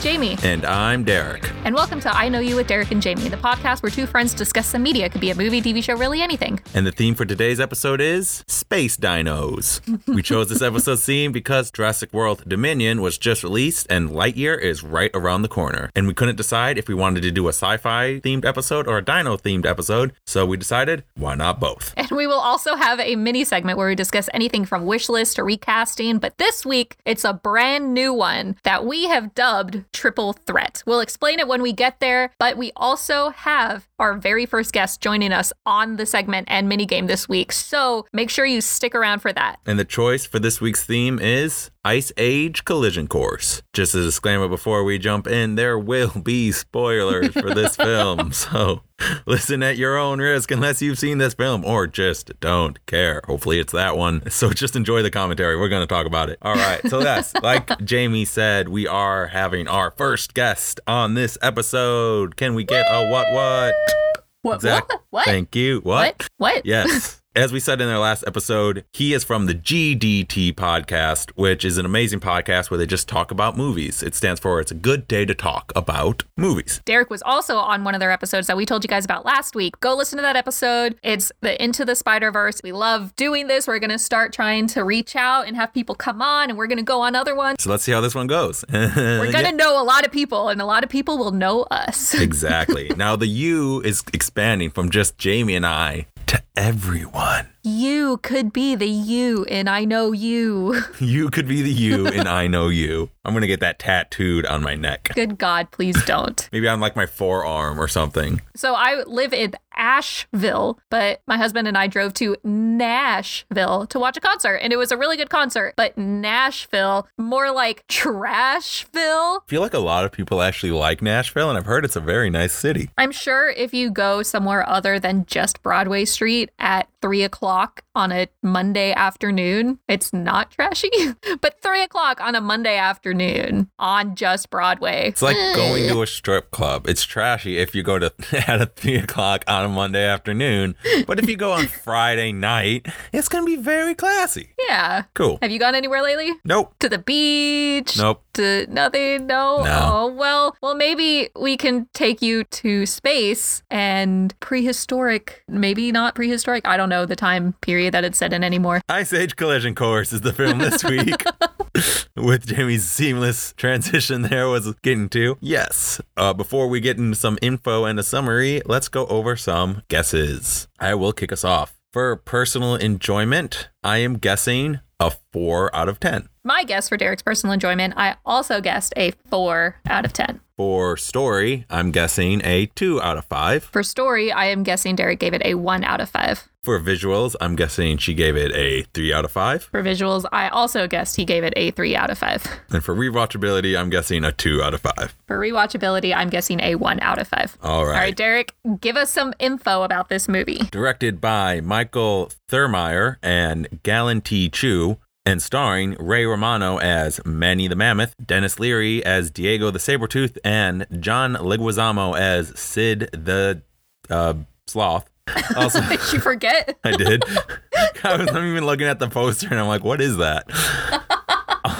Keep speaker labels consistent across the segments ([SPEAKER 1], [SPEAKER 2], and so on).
[SPEAKER 1] Jamie.
[SPEAKER 2] And I'm Derek.
[SPEAKER 1] And welcome to I Know You with Derek and Jamie, the podcast where two friends discuss some media. It could be a movie, TV show, really anything.
[SPEAKER 2] And the theme for today's episode is Space Dinos. we chose this episode theme because Jurassic World Dominion was just released and Lightyear is right around the corner. And we couldn't decide if we wanted to do a sci fi themed episode or a dino themed episode, so we decided why not both?
[SPEAKER 1] And we will also have a mini segment where we discuss anything from wish list to recasting. But this week, it's a brand new one that we have dubbed Triple Threat. We'll explain it when we get there, but we also have our very first guest joining us on the segment and minigame this week. So make sure you stick around for that.
[SPEAKER 2] And the choice for this week's theme is Ice Age Collision Course. Just a disclaimer before we jump in, there will be spoilers for this film. So listen at your own risk unless you've seen this film or just don't care. Hopefully it's that one. So just enjoy the commentary. We're going to talk about it. All right. So that's like Jamie said, we are having our first guest on this episode. Can we get a what what?
[SPEAKER 1] What?
[SPEAKER 2] Exact-
[SPEAKER 1] What? What?
[SPEAKER 2] Thank you. What?
[SPEAKER 1] What? What?
[SPEAKER 2] Yes. As we said in our last episode, he is from the GDT podcast, which is an amazing podcast where they just talk about movies. It stands for It's a Good Day to Talk About Movies.
[SPEAKER 1] Derek was also on one of their episodes that we told you guys about last week. Go listen to that episode. It's the Into the Spider Verse. We love doing this. We're going to start trying to reach out and have people come on, and we're going to go on other ones.
[SPEAKER 2] So let's see how this one goes.
[SPEAKER 1] We're going to know a lot of people, and a lot of people will know us.
[SPEAKER 2] exactly. Now, the U is expanding from just Jamie and I to everyone.
[SPEAKER 1] You could be the you, and I know you.
[SPEAKER 2] You could be the you, and I know you. I'm going to get that tattooed on my neck.
[SPEAKER 1] Good God, please don't.
[SPEAKER 2] Maybe on like my forearm or something.
[SPEAKER 1] So I live in Asheville, but my husband and I drove to Nashville to watch a concert, and it was a really good concert. But Nashville, more like Trashville.
[SPEAKER 2] I feel like a lot of people actually like Nashville, and I've heard it's a very nice city.
[SPEAKER 1] I'm sure if you go somewhere other than just Broadway Street at three o'clock on a Monday afternoon, it's not trashy. but three o'clock on a Monday afternoon on just Broadway.
[SPEAKER 2] It's like going to a strip club. It's trashy if you go to at a three o'clock on a Monday afternoon, but if you go on Friday night, it's gonna be very classy.
[SPEAKER 1] Yeah.
[SPEAKER 2] Cool.
[SPEAKER 1] Have you gone anywhere lately?
[SPEAKER 2] Nope.
[SPEAKER 1] To the beach?
[SPEAKER 2] Nope.
[SPEAKER 1] to nothing. No.
[SPEAKER 2] No.
[SPEAKER 1] Oh, well, well, maybe we can take you to space and prehistoric, maybe not prehistoric. I don't know the time period that it's set in anymore.
[SPEAKER 2] Ice Age Collision Course is the film this week. With Jamie's seamless transition there was getting to. Yes. Uh, before we get into some info and a summary, let's go over some guesses. I will kick us off. For personal enjoyment, I am guessing a four out of 10.
[SPEAKER 1] My guess for Derek's personal enjoyment, I also guessed a four out of 10.
[SPEAKER 2] For story, I'm guessing a 2 out of 5.
[SPEAKER 1] For story, I am guessing Derek gave it a one out of five.
[SPEAKER 2] For visuals, I'm guessing she gave it a 3 out of 5.
[SPEAKER 1] For visuals, I also guessed he gave it a three out of five.
[SPEAKER 2] And for rewatchability, I'm guessing a 2 out of 5.
[SPEAKER 1] For rewatchability, I'm guessing a one out of five.
[SPEAKER 2] All right.
[SPEAKER 1] All right, Derek, give us some info about this movie.
[SPEAKER 2] Directed by Michael Thurmeyer and Galen T. Chu, and starring Ray Romano as Manny the Mammoth, Dennis Leary as Diego the Sabretooth, and John Leguizamo as Sid the uh, Sloth. Also,
[SPEAKER 1] Did you forget?
[SPEAKER 2] I did. I was, I'm even looking at the poster and I'm like, what is that?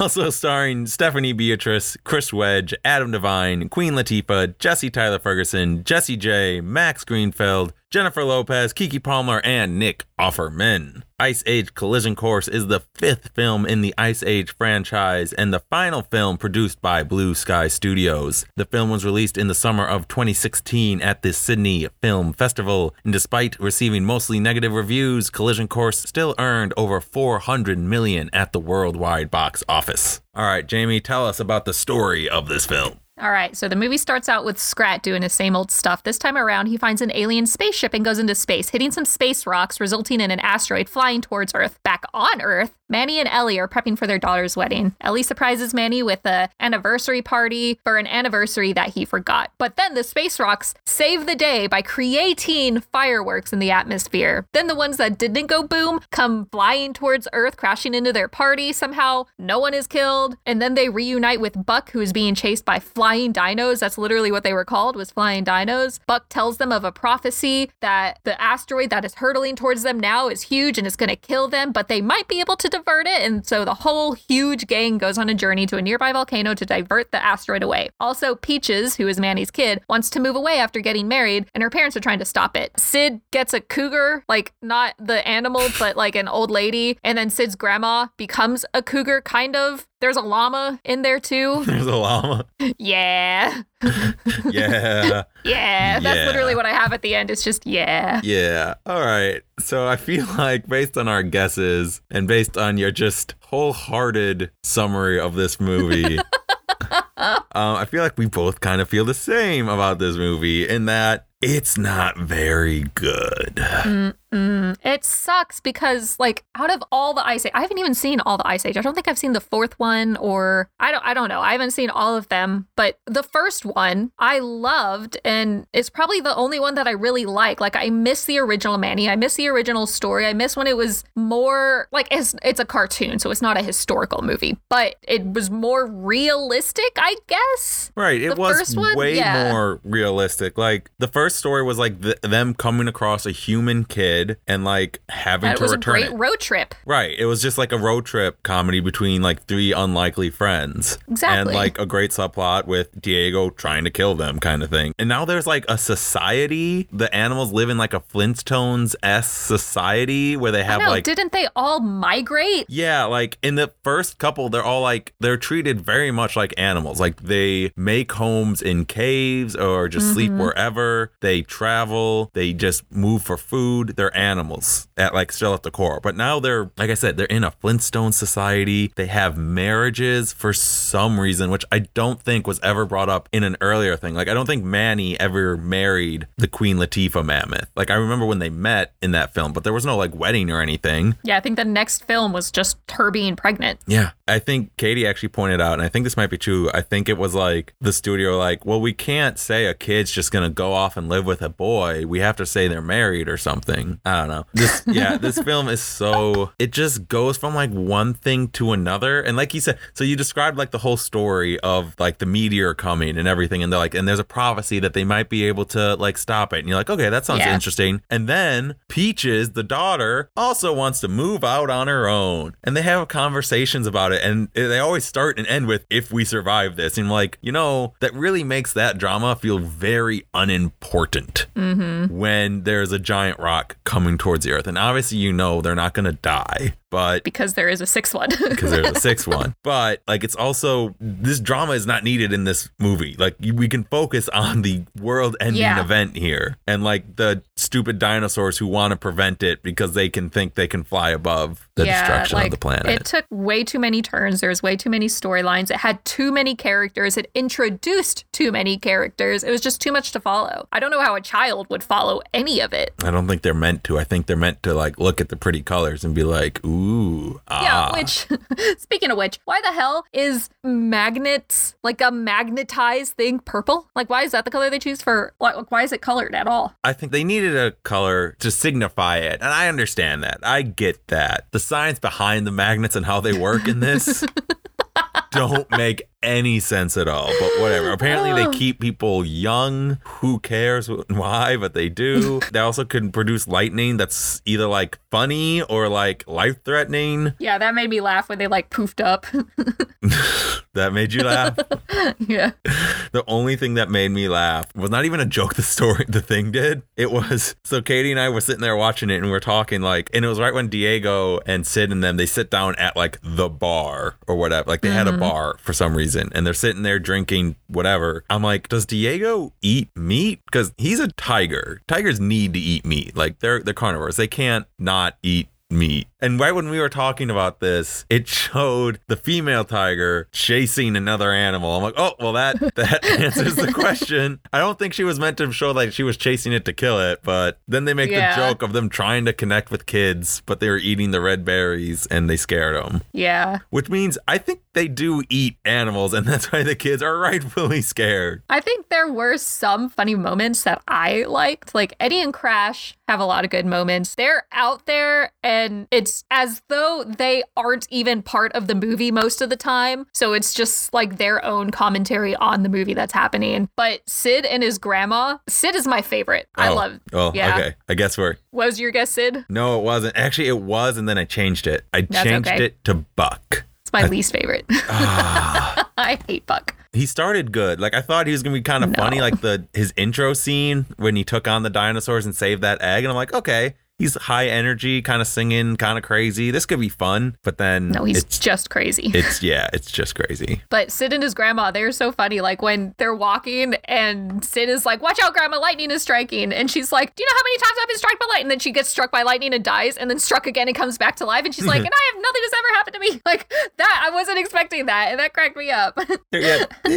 [SPEAKER 2] also starring Stephanie Beatrice, Chris Wedge, Adam Devine, Queen Latifah, Jesse Tyler Ferguson, Jesse J, Max Greenfield, Jennifer Lopez, Kiki Palmer, and Nick Offerman. Ice Age Collision Course is the fifth film in the Ice Age franchise and the final film produced by Blue Sky Studios. The film was released in the summer of 2016 at the Sydney Film Festival, and despite receiving mostly negative reviews, Collision Course still earned over 400 million at the worldwide box office. All right, Jamie, tell us about the story of this film.
[SPEAKER 1] All right, so the movie starts out with Scrat doing his same old stuff. This time around, he finds an alien spaceship and goes into space, hitting some space rocks, resulting in an asteroid flying towards Earth. Back on Earth, Manny and Ellie are prepping for their daughter's wedding. Ellie surprises Manny with a anniversary party for an anniversary that he forgot. But then the space rocks save the day by creating fireworks in the atmosphere. Then the ones that didn't go boom come flying towards Earth, crashing into their party somehow. No one is killed, and then they reunite with Buck, who is being chased by flying flying dinos. That's literally what they were called, was flying dinos. Buck tells them of a prophecy that the asteroid that is hurtling towards them now is huge and it's going to kill them, but they might be able to divert it. And so the whole huge gang goes on a journey to a nearby volcano to divert the asteroid away. Also, Peaches, who is Manny's kid, wants to move away after getting married, and her parents are trying to stop it. Sid gets a cougar, like not the animal, but like an old lady. And then Sid's grandma becomes a cougar, kind of. There's a llama in there too.
[SPEAKER 2] There's a llama.
[SPEAKER 1] Yeah.
[SPEAKER 2] Yeah.
[SPEAKER 1] Yeah. That's
[SPEAKER 2] Yeah.
[SPEAKER 1] literally what I have at the end. It's just, yeah.
[SPEAKER 2] Yeah. All right. So I feel like based on our guesses and based on your just wholehearted summary of this movie, um, I feel like we both kind of feel the same about this movie in that it's not very good.
[SPEAKER 1] Mm-mm. It sucks because, like, out of all the Ice Age, I haven't even seen all the Ice Age. I don't think I've seen the fourth one, or I don't, I don't know. I haven't seen all of them, but the first one I loved, and it's probably the only one that I really like. Like, I miss the original Manny. I miss the original story. I miss when it was more like it's it's a cartoon, so it's not a historical movie, but it was more realistic, I guess.
[SPEAKER 2] Right. It
[SPEAKER 1] The
[SPEAKER 2] was
[SPEAKER 1] first one?
[SPEAKER 2] way
[SPEAKER 1] Yeah.
[SPEAKER 2] more realistic. Like the first story was like th- them coming across a human kid and like having
[SPEAKER 1] That
[SPEAKER 2] to
[SPEAKER 1] was a
[SPEAKER 2] return
[SPEAKER 1] great
[SPEAKER 2] it.
[SPEAKER 1] road trip.
[SPEAKER 2] Right. It was just like a road trip comedy between like three unlikely friends. And
[SPEAKER 1] Exactly.
[SPEAKER 2] like a great subplot with Diego trying to kill them kind of thing. And now there's like a society. The animals live in like a Flintstones s society where they
[SPEAKER 1] I
[SPEAKER 2] have
[SPEAKER 1] know.
[SPEAKER 2] like
[SPEAKER 1] didn't they all migrate?
[SPEAKER 2] yeah, like in the first couple, they're all like they're treated very much like animals. Like they make homes in caves or just sleep wherever. They travel. They just move for food. They're animals at like still at the core. But now they're like I said, they're in a Flintstone society. They have marriages for some reason, which I don't think was ever brought up in an earlier thing. Like I don't think Manny ever married the Queen Latifah Mammoth. Like I remember when they met in that film, but there was no like wedding or anything.
[SPEAKER 1] Yeah, I think the next film was just her being pregnant.
[SPEAKER 2] Yeah. I think Katie actually pointed out, and I think this might be true. I think it was like the studio, like, well, we can't say a kid's just going to go off and live with a boy. We have to say they're married or something. I don't know. This, yeah, this film is so, it just goes from like one thing to another. And like you said, so you described like the whole story of like the meteor coming and everything. And they're like, and there's a prophecy that they might be able to like stop it. And you're like, okay, that sounds
[SPEAKER 1] Yeah.
[SPEAKER 2] interesting. And then Peaches, the daughter, also wants to move out on her own. And they have conversations about it. And they always start and end with, if we survive this. And like, you know, that really makes that drama feel very unimportant when there's a giant rock coming towards the earth. And obviously, you know, they're not going to die. But
[SPEAKER 1] because there is a sixth one.
[SPEAKER 2] because there's a sixth one. But like, it's also this drama is not needed in this movie. Like, you- we can focus on the world-ending
[SPEAKER 1] Yeah.
[SPEAKER 2] event here, and like the stupid dinosaurs who want to prevent it because they can think they can fly above the
[SPEAKER 1] Yeah,
[SPEAKER 2] destruction
[SPEAKER 1] like,
[SPEAKER 2] of the planet.
[SPEAKER 1] It took way too many turns. There was way too many storylines. It had too many characters. It introduced too many characters. It was just too much to follow. I don't know how a child would follow any of it.
[SPEAKER 2] I don't think they're meant to. I think they're meant to like look at the pretty colors and be like, ooh, ah.
[SPEAKER 1] Yeah, which, speaking of which, why the hell is magnets, like a magnetized thing, purple? Like, why is that the color they choose for? Like, why is it colored at all?
[SPEAKER 2] I think they needed a color to signify it. And I understand that. I get that. The science behind the magnets and how they work in this don't make any sense at all. But whatever. Apparently they keep people young. Who cares wh- why, but they do. They also can produce lightning that's either like funny or like life threatening.
[SPEAKER 1] Yeah, that made me laugh when they like poofed up.
[SPEAKER 2] That made you laugh.
[SPEAKER 1] yeah.
[SPEAKER 2] the only thing that made me laugh was not even a joke the story the thing did it was so katie and i were sitting there watching it and we are talking like and it was right when diego and sid and them they sit down at like the bar or whatever like they had a bar for some reason and they're sitting there drinking whatever i'm like does diego eat meat because he's a tiger tigers need to eat meat like they're they're carnivores they can't not eat meat. And right when we were talking about this, it showed the female tiger chasing another animal. I'm like, oh, well, that that answers the question. I don't think she was meant to show like she was chasing it to kill it, but then they make
[SPEAKER 1] Yeah.
[SPEAKER 2] the joke of them trying to connect with kids, but they were eating the red berries and they scared them.
[SPEAKER 1] Yeah.
[SPEAKER 2] Which means I think they do eat animals, and that's why the kids are rightfully scared.
[SPEAKER 1] I think there were some funny moments that I liked. Like Eddie and Crash have a lot of good moments. They're out there, and it's as though they aren't even part of the movie most of the time. So it's just like their own commentary on the movie that's happening. But Sid and his grandma, Sid is my favorite. I
[SPEAKER 2] Oh.
[SPEAKER 1] love.
[SPEAKER 2] Oh,
[SPEAKER 1] Yeah.
[SPEAKER 2] okay. I guess we're.
[SPEAKER 1] What was your guess, Sid?
[SPEAKER 2] No, it wasn't. Actually, it was, and then I changed it. I
[SPEAKER 1] That's
[SPEAKER 2] changed
[SPEAKER 1] okay.
[SPEAKER 2] it to Buck.
[SPEAKER 1] It's my least favorite.
[SPEAKER 2] Ah.
[SPEAKER 1] I hate Buck.
[SPEAKER 2] he started good. Like I thought he was gonna be kind of
[SPEAKER 1] No.
[SPEAKER 2] funny, like the his intro scene when he took on the dinosaurs and saved that egg, and I'm like, okay, he's high energy, kind of singing, kind of crazy. This could be fun. But then
[SPEAKER 1] No, he's
[SPEAKER 2] it's,
[SPEAKER 1] just crazy.
[SPEAKER 2] it's yeah, it's just crazy.
[SPEAKER 1] But Sid and his grandma, they're so funny. Like when they're walking and Sid is like, Watch out, grandma, lightning is striking. And she's like, Do you know how many times I've been struck by lightning? And then she gets struck by lightning and dies and then struck again and comes back to life. And she's like, And I have nothing that's ever happened to me. Like that, I wasn't expecting that. And that cracked me up.
[SPEAKER 2] There,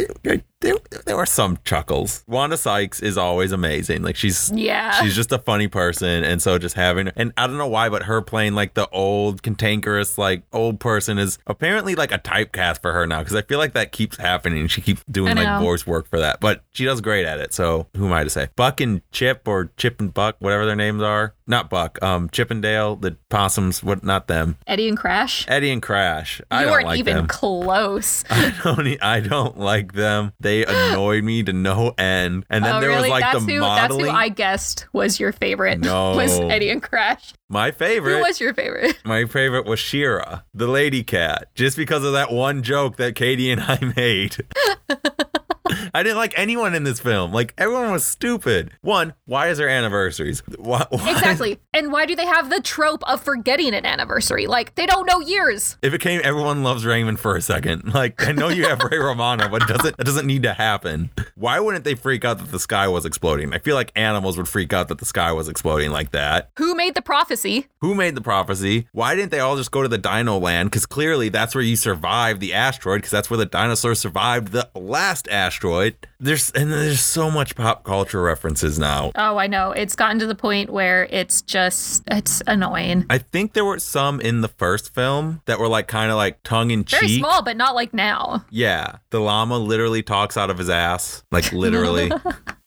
[SPEAKER 2] yeah, there, there, there were some chuckles. Wanda Sykes is always amazing. Like she's
[SPEAKER 1] yeah.
[SPEAKER 2] she's just a funny person and so just having and i don't know why but her playing like the old cantankerous like old person is apparently like a typecast for her now because i feel like that keeps happening she keeps doing
[SPEAKER 1] I
[SPEAKER 2] like
[SPEAKER 1] know.
[SPEAKER 2] voice work for that but she does great at it so who am i to say buck and chip or chip and buck whatever their names are not buck um chip and dale the possums what not them
[SPEAKER 1] Eddie and Crash.
[SPEAKER 2] eddie and crash i
[SPEAKER 1] You
[SPEAKER 2] don't
[SPEAKER 1] weren't
[SPEAKER 2] like
[SPEAKER 1] even
[SPEAKER 2] them
[SPEAKER 1] close.
[SPEAKER 2] I don't. e- I don't like them. They annoyed me to no end. And then
[SPEAKER 1] oh,
[SPEAKER 2] there
[SPEAKER 1] really?
[SPEAKER 2] was like
[SPEAKER 1] that's
[SPEAKER 2] the
[SPEAKER 1] who
[SPEAKER 2] modeling.
[SPEAKER 1] that's who I guessed was your favorite.
[SPEAKER 2] No.
[SPEAKER 1] was Eddie and Crash.
[SPEAKER 2] My favorite.
[SPEAKER 1] Who was your favorite?
[SPEAKER 2] My favorite was Shira, the lady cat, just because of that one joke that Katie and I made. I didn't like anyone in this film. Like everyone was stupid. One, why is there anniversaries? Why, why-
[SPEAKER 1] Exactly. And why do they have the trope of forgetting an anniversary? Like, they don't know years.
[SPEAKER 2] It became everyone loves Raymond for a second. Like I know you have Ray Romano, but it doesn't that doesn't need to happen. Why wouldn't they freak out that the sky was exploding? I feel like animals would freak out that the sky was exploding like that.
[SPEAKER 1] Who made the prophecy?
[SPEAKER 2] Who made the prophecy? Why didn't they all just go to the dino land? Because clearly that's where you survived the asteroid, because that's where the dinosaurs survived the last asteroid. There's and there's so much pop culture references now.
[SPEAKER 1] Oh, I know. It's gotten to the point where it's just, it's annoying.
[SPEAKER 2] I think there were some in the first film that were like kind of like tongue in
[SPEAKER 1] Very
[SPEAKER 2] cheek.
[SPEAKER 1] small, but not like now.
[SPEAKER 2] Yeah. The llama literally talks out of his ass. Like literally.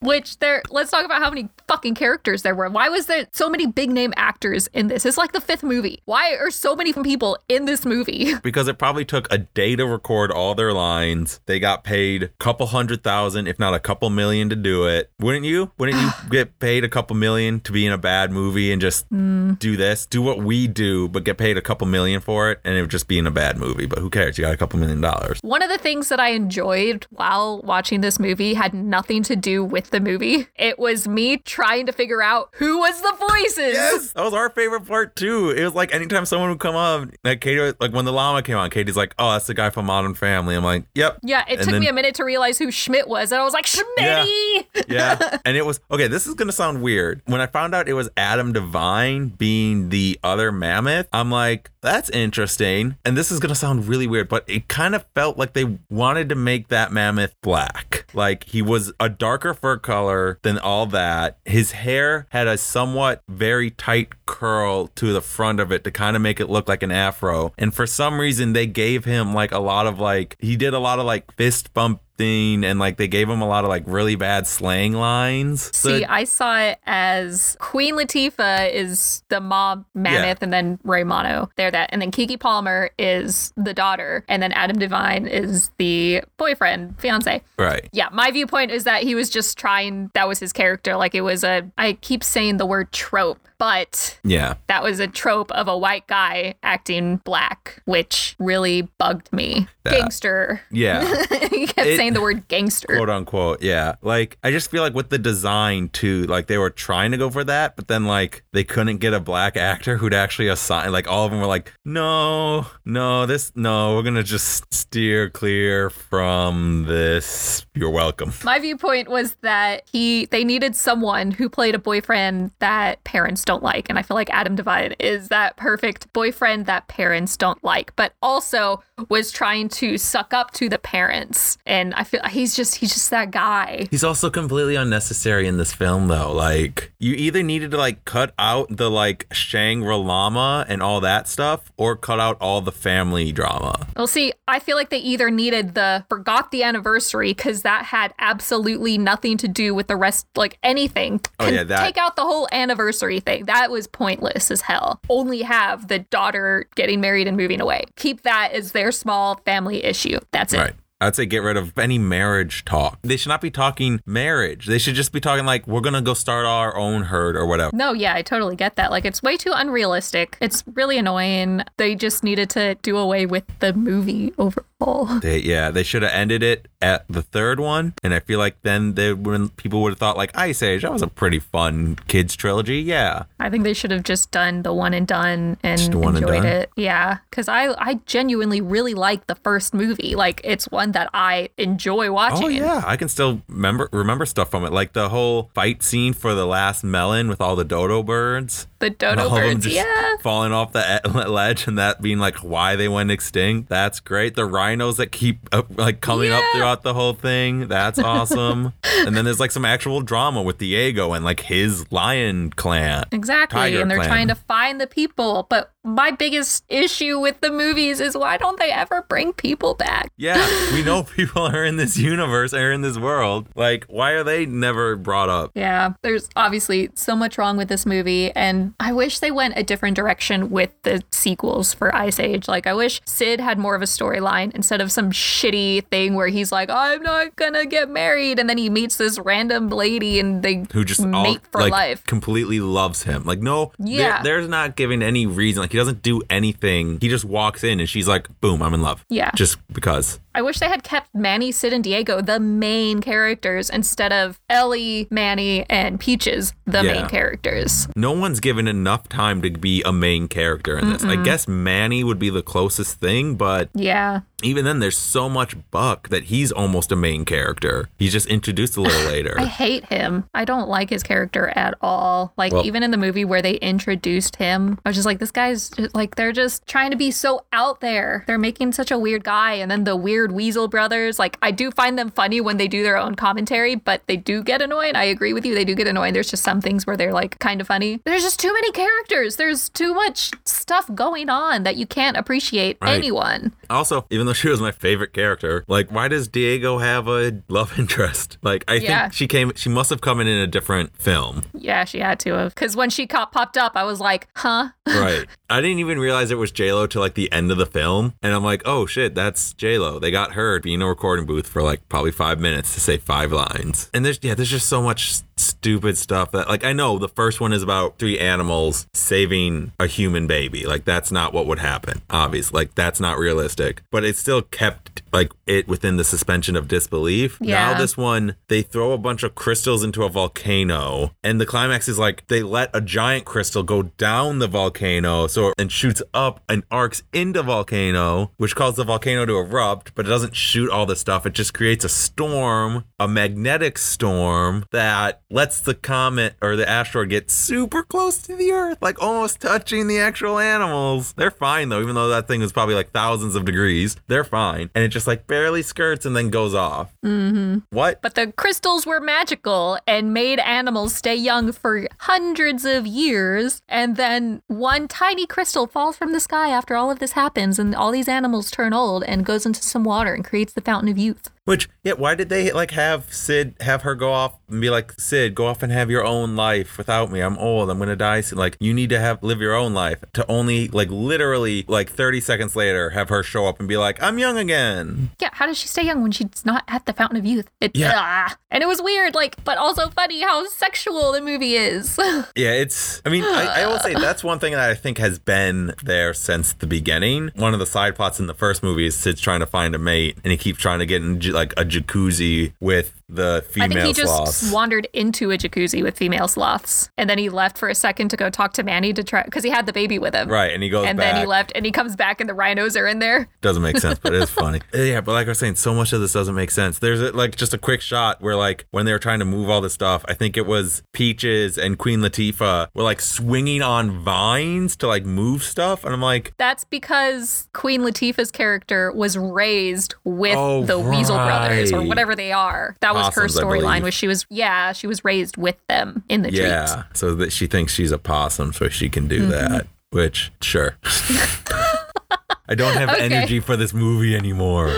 [SPEAKER 1] Which there, let's talk about how many fucking characters there were. Why was there so many big name actors in this? It's like the fifth movie. Why are so many people in this movie?
[SPEAKER 2] because it probably took a day to record all their lines. They got paid a couple hundred thousand, if not a couple million, to do it. Wouldn't you? Wouldn't you get paid a couple million to be in a bad movie and just do this? Do what we do, but get paid a couple million for it, and it would just be in a bad movie. But who cares? You got a couple million dollars.
[SPEAKER 1] One of the things that I enjoyed while watching this movie had nothing to do with the movie. It was me trying to figure out who was the voices.
[SPEAKER 2] Yes, that was our favorite part too. It was like anytime someone would come on, like Katie, was- like when the llama came on, Katie's like, "Oh, that's the guy from Modern Family." I'm like, "Yep,
[SPEAKER 1] Yeah, it
[SPEAKER 2] And
[SPEAKER 1] took
[SPEAKER 2] then-
[SPEAKER 1] me a minute to realize who Schmidt was, and I was like, Schmitty!
[SPEAKER 2] Yeah. And it was okay, this is gonna sound weird. When I found out it was Adam Devine being the other mammoth, I'm like, that's interesting. And this is gonna sound really weird, but it kind of felt like they wanted to make that mammoth black. Like he was a darker fur color than all that. His hair had a somewhat very tight curl to the front of it to kind of make it look like an afro. And for some reason they gave him like a lot of like he did a lot of like fist bump thing and like they gave him a lot of like really bad slang lines. So-
[SPEAKER 1] See, I saw it as Queen Latifah is the mom mammoth, and then Ray Mono. They're that. And then Kiki Palmer is the daughter, and then Adam Devine is the boyfriend, fiance.
[SPEAKER 2] right.
[SPEAKER 1] Yeah, my viewpoint is that he was just trying, that was his character. Like it was a, I keep saying the word trope, but
[SPEAKER 2] Yeah.
[SPEAKER 1] that was a trope of a white guy acting black, which really bugged me.
[SPEAKER 2] That-
[SPEAKER 1] Gangster.
[SPEAKER 2] Yeah.
[SPEAKER 1] he kept
[SPEAKER 2] It-
[SPEAKER 1] saying the word gangster.
[SPEAKER 2] quote unquote. Yeah. Like I just feel like with the design too, like they were trying to go for that, but then like they couldn't get a black actor who'd actually assign like all of them were like, No, no, this no, we're gonna just steer clear from this. You're welcome.
[SPEAKER 1] My viewpoint was that he they needed someone who played a boyfriend that parents don't like, and I feel like Adam Devine is that perfect boyfriend that parents don't like, but also was trying to suck up to the parents, and I feel he's just he's just that guy.
[SPEAKER 2] He's also completely unnecessary in this film, though. Like, you either needed to like cut out the like Shangri Lama and all that stuff, or cut out all the family drama.
[SPEAKER 1] Well, see, I feel like they either needed the forgot the anniversary because that had absolutely nothing to do with the rest, like anything.
[SPEAKER 2] Oh,
[SPEAKER 1] Can
[SPEAKER 2] yeah, that-
[SPEAKER 1] Take out the whole anniversary thing. That was pointless as hell. Only have the daughter getting married and moving away. Keep that as their small family issue. That's it.
[SPEAKER 2] Right. I'd say get rid of any marriage talk. They should not be talking marriage. They should just be talking like we're gonna go start our own herd or whatever.
[SPEAKER 1] No, yeah, I totally get that. Like, it's way too unrealistic. It's really annoying. They just needed to do away with the movie overall.
[SPEAKER 2] They, yeah, they should have ended it at the third one, and I feel like then they when people would have thought like Ice Age, that was a pretty fun kids trilogy. Yeah,
[SPEAKER 1] I think they should have just done the one and done and
[SPEAKER 2] the one and
[SPEAKER 1] enjoyed
[SPEAKER 2] done?
[SPEAKER 1] it. Yeah, because I I genuinely really like the first movie. Like, it's one that I enjoy watching.
[SPEAKER 2] Oh yeah, I can still remember remember stuff from it, like the whole fight scene for the last melon with all the dodo birds,
[SPEAKER 1] The
[SPEAKER 2] and
[SPEAKER 1] Dodo
[SPEAKER 2] all of them
[SPEAKER 1] Birds.
[SPEAKER 2] just
[SPEAKER 1] Yeah.
[SPEAKER 2] falling off the e- ledge, and that being like why they went extinct. That's great. The rhinos that keep up, like coming up
[SPEAKER 1] Yeah.
[SPEAKER 2] throughout the whole thing. That's awesome. and then there's like some actual drama with Diego and like his lion clan.
[SPEAKER 1] Exactly.
[SPEAKER 2] Tiger
[SPEAKER 1] and they're
[SPEAKER 2] Clan.
[SPEAKER 1] trying to find the people. But my biggest issue with the movies is why don't they ever bring people back?
[SPEAKER 2] Yeah, we know people are in this universe, are in this world. Like, why are they never brought up?
[SPEAKER 1] Yeah, there's obviously so much wrong with this movie, and I wish they went a different direction with the sequels for Ice Age. Like, I wish Sid had more of a storyline instead of some shitty thing where he's like, I'm not gonna get married, and then he meets this random lady and they
[SPEAKER 2] who just
[SPEAKER 1] mate
[SPEAKER 2] all,
[SPEAKER 1] for
[SPEAKER 2] like,
[SPEAKER 1] life.
[SPEAKER 2] completely loves him. Like no,
[SPEAKER 1] Yeah.
[SPEAKER 2] they're, they're not giving any reason. Like he doesn't do anything. He just walks in and she's like, boom, I'm in love.
[SPEAKER 1] Yeah.
[SPEAKER 2] just because.
[SPEAKER 1] I wish they had kept Manny, Sid, and Diego the main characters instead of Ellie, Manny, and Peaches the
[SPEAKER 2] Yeah.
[SPEAKER 1] main characters.
[SPEAKER 2] No one's given enough time to be a main character in this. I guess Manny would be the closest thing, but
[SPEAKER 1] Yeah.
[SPEAKER 2] even then, there's so much Buck that he's almost a main character. He's just introduced a little later.
[SPEAKER 1] I hate him. I don't like his character at all. Like
[SPEAKER 2] Well-
[SPEAKER 1] even in the movie where they introduced him, I was just like, this guy's just, like they're just trying to be so out there. They're making such a weird guy. And then the weird Weasel brothers, like I do find them funny when they do their own commentary, but they do get annoying. I agree with you. They do get annoying. There's just some things where they're like kind of funny. There's just too many characters. There's too much stuff going on that you can't appreciate
[SPEAKER 2] Right.
[SPEAKER 1] anyone.
[SPEAKER 2] Also, even though she was my favorite character, like why does Diego have a love interest? Like I
[SPEAKER 1] Yeah.
[SPEAKER 2] think she came she must have come in in a different film.
[SPEAKER 1] Yeah, she had to have. Because when she caught popped up, I was like, huh?
[SPEAKER 2] right. I didn't even realize it was J Lo till like the end of the film, and I'm like, oh shit, that's J Lo. They got her being in a recording booth for like probably five minutes to say five lines. And there's yeah, there's just so much s- stupid stuff that like I know the first one is about three animals saving a human baby. Like that's not what would happen, obviously. Like that's not realistic. But it still kept like it within the suspension of disbelief.
[SPEAKER 1] Yeah.
[SPEAKER 2] Now this one, they throw a bunch of crystals into a volcano, and the climax is like they let a giant crystal go down the volcano, so and shoots up and arcs into volcano, which causes the volcano to erupt, but it doesn't shoot all the stuff. It just creates a storm, a magnetic storm that lets the comet or the asteroid get super close to the Earth, like almost touching the actual animals. They're fine though, even though that thing was probably like thousands of degrees. They're fine, and it just like barely skirts and then goes off. What?
[SPEAKER 1] But the crystals were magical and made animals stay young for hundreds of years. And then one tiny crystal falls from the sky after all of this happens, and all these animals turn old and goes into some water and creates the fountain of youth.
[SPEAKER 2] Which, yeah, why did they like have Sid have her go off and be like, Sid, go off and have your own life without me. I'm old. I'm gonna die soon. Like, you need to have live your own life. To only like literally like 30 seconds later have her show up and be like, I'm young again.
[SPEAKER 1] Yeah, how does she stay young when she's not at the fountain of youth? It,
[SPEAKER 2] Yeah.
[SPEAKER 1] ah. And it was weird, like, but also funny how sexual the movie is.
[SPEAKER 2] Yeah, it's. I mean, I, I will say that's one thing that I think has been there since the beginning. One of the side plots in the first movie is Sid's trying to find a mate, and he keeps trying to get in j- like a jacuzzi with the
[SPEAKER 1] I
[SPEAKER 2] female
[SPEAKER 1] think he just
[SPEAKER 2] sloths.
[SPEAKER 1] wandered into a jacuzzi with female sloths, and then he left for a second to go talk to Manny to try because he had the baby with him.
[SPEAKER 2] Right, and he goes
[SPEAKER 1] And
[SPEAKER 2] back.
[SPEAKER 1] then he left, and he comes back, and the rhinos are in there.
[SPEAKER 2] doesn't make sense, but it is funny. Yeah, but like I was saying, so much of this doesn't make sense. There's like just a quick shot where like when they were trying to move all this stuff, I think it was Peaches and Queen Latifah were like swinging on vines to like move stuff, and I'm like,
[SPEAKER 1] That's because Queen Latifah's character was raised with
[SPEAKER 2] Oh,
[SPEAKER 1] the Weasel brothers or
[SPEAKER 2] Right.
[SPEAKER 1] whatever they are. That was
[SPEAKER 2] Possums, I
[SPEAKER 1] her storyline.
[SPEAKER 2] believe.
[SPEAKER 1] Was she was yeah she was raised with them in the
[SPEAKER 2] yeah.
[SPEAKER 1] treat.
[SPEAKER 2] So that she thinks she's a possum, so she can do that. Which sure. I don't have
[SPEAKER 1] Okay.
[SPEAKER 2] energy for this movie anymore.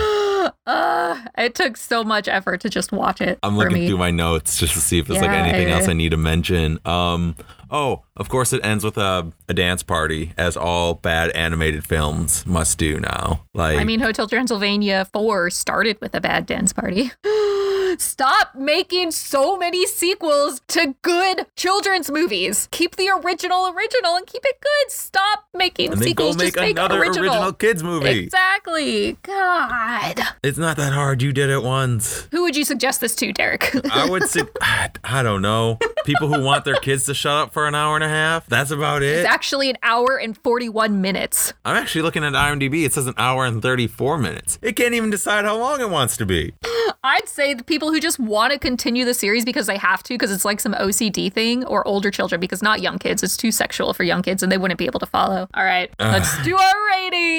[SPEAKER 1] Uh, it took so much effort to just watch it.
[SPEAKER 2] I'm
[SPEAKER 1] for
[SPEAKER 2] looking
[SPEAKER 1] me.
[SPEAKER 2] through my notes just to see if there's like
[SPEAKER 1] Yeah,
[SPEAKER 2] anything
[SPEAKER 1] yeah.
[SPEAKER 2] else I need to mention. Um, oh, of course, it ends with a, a dance party, as all bad animated films must do now. Like,
[SPEAKER 1] I mean, Hotel Transylvania 4 started with a bad dance party. Stop making so many sequels to good children's movies. Keep the original original and keep it good. Stop making
[SPEAKER 2] and then go
[SPEAKER 1] sequels.
[SPEAKER 2] make
[SPEAKER 1] Just
[SPEAKER 2] another
[SPEAKER 1] make original.
[SPEAKER 2] original. kids movie.
[SPEAKER 1] Exactly. God.
[SPEAKER 2] It's not that hard. You did it once.
[SPEAKER 1] Who would you suggest this to, Derek?
[SPEAKER 2] I would say, I don't know. People who want their kids to shut up for an hour and a half. That's about it.
[SPEAKER 1] it's actually an hour and 41 minutes.
[SPEAKER 2] I'm actually looking at IMDb. It says an hour and 34 minutes. It can't even decide how long it wants to be.
[SPEAKER 1] I'd say the people who just want to continue the series because they have to, because it's like some OCD thing, or older children, because not young kids. It's too sexual for young kids and they wouldn't be able to follow. All right, let's do our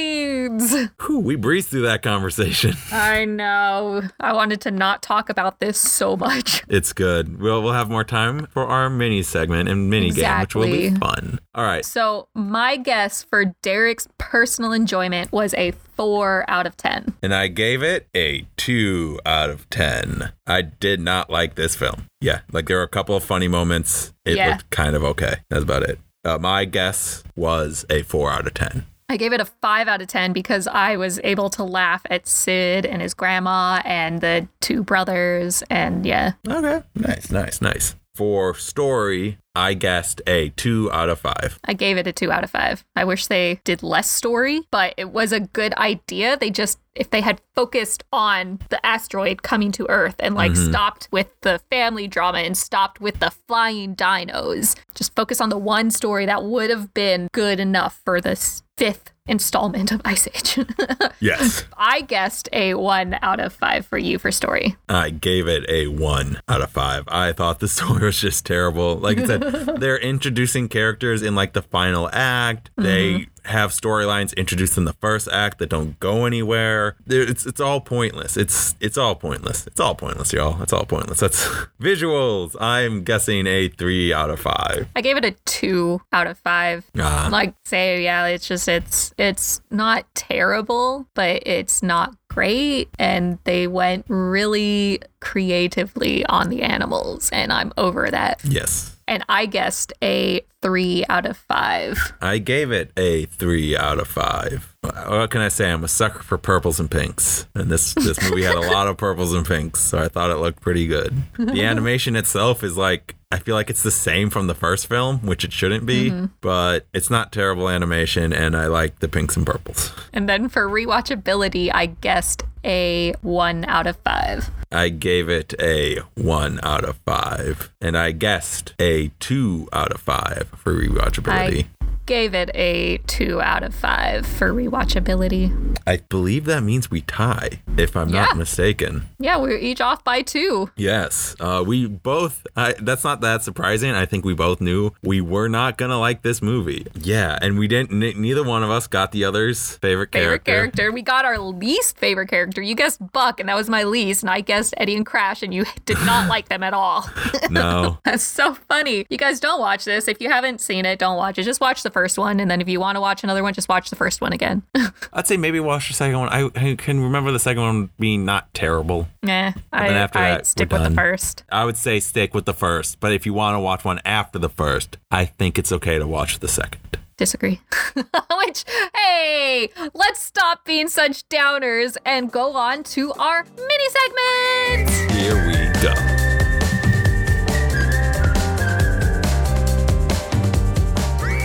[SPEAKER 1] ratings.
[SPEAKER 2] Whew, we breezed through that conversation.
[SPEAKER 1] I know. I wanted to not talk about this so much.
[SPEAKER 2] It's good. We'll we'll have more time for our mini segment and mini game, which will
[SPEAKER 1] Exactly.
[SPEAKER 2] be fun. All right.
[SPEAKER 1] So, my guess for Derek's personal enjoyment was a four out of 10.
[SPEAKER 2] And I gave it a two out of ten. I did not like this film. Yeah, like there were a couple of funny moments. It
[SPEAKER 1] Yeah.
[SPEAKER 2] looked kind of okay. That's about it. Uh, my guess was a four out of ten.
[SPEAKER 1] I gave it a five out of 10 because I was able to laugh at Sid and his grandma and the two brothers. And yeah,
[SPEAKER 2] Okay. Nice, nice, nice. For story, I guessed a two out of five.
[SPEAKER 1] I gave it a two out of five. I wish they did less story, but it was a good idea. They just, if they had focused on the asteroid coming to Earth and like stopped with the family drama and stopped with the flying dinos, just focus on the one story that would have been good enough for this fifth installment of Ice Age.
[SPEAKER 2] Yes.
[SPEAKER 1] I guessed a one out of five for you for story.
[SPEAKER 2] I gave it a one out of five. I thought the story was just terrible. Like I said, they're introducing characters in like the final act. They have storylines introduced in the first act that don't go anywhere. There- It's it's all pointless. It's it's all pointless. It's all pointless, y'all. It's all pointless. That's visuals. I'm guessing a three out of five.
[SPEAKER 1] I gave it a two out of five.
[SPEAKER 2] Ah,
[SPEAKER 1] like say yeah it's just it's it's not terrible but it's not great and they went really creatively on the animals and i'm over that
[SPEAKER 2] yes.
[SPEAKER 1] and i guessed a three out of five
[SPEAKER 2] I gave it a three out of five. What can I say? I'm a sucker for purples and pinks, and this this movie had a lot of purples and pinks, so I thought it looked pretty good. The animation itself is like I feel like it's the same from the first film, which it shouldn't be, but it's not terrible animation, and I like the pinks and purples.
[SPEAKER 1] and then for rewatchability i guessed a one out of five
[SPEAKER 2] I gave it a one out of five, and I guessed a two out of five for rewatchability.
[SPEAKER 1] gave it a two out of five for rewatchability
[SPEAKER 2] I, believe that means we tie, if I'm
[SPEAKER 1] Yeah.
[SPEAKER 2] not mistaken.
[SPEAKER 1] yeah we were each off by two
[SPEAKER 2] Yes, uh, we both. I, that's not that surprising. I think we both knew we were not gonna like this movie. Yeah, and we didn't. ne- neither one of us got the other's favorite character.
[SPEAKER 1] favorite character. We got our least favorite character. You guessed Buck, and that was my least. And I guessed Eddie and Crash, and you did not like them at all.
[SPEAKER 2] No,
[SPEAKER 1] That's so funny. You guys don't watch this. If you haven't seen it, don't watch it. Just watch the first one, and then if you want to watch another one, just watch the first one again.
[SPEAKER 2] I'd say maybe watch the second one. I, I can remember the second one being not terrible.
[SPEAKER 1] Eh, I,
[SPEAKER 2] then after
[SPEAKER 1] I'd
[SPEAKER 2] that, we're
[SPEAKER 1] stick with
[SPEAKER 2] done.
[SPEAKER 1] the first.
[SPEAKER 2] I would say stick with the first, but if you want to watch one after the first, I think it's okay to watch the second.
[SPEAKER 1] Disagree. Which, hey, let's stop being such downers and go on to our mini segment.
[SPEAKER 2] Here we go.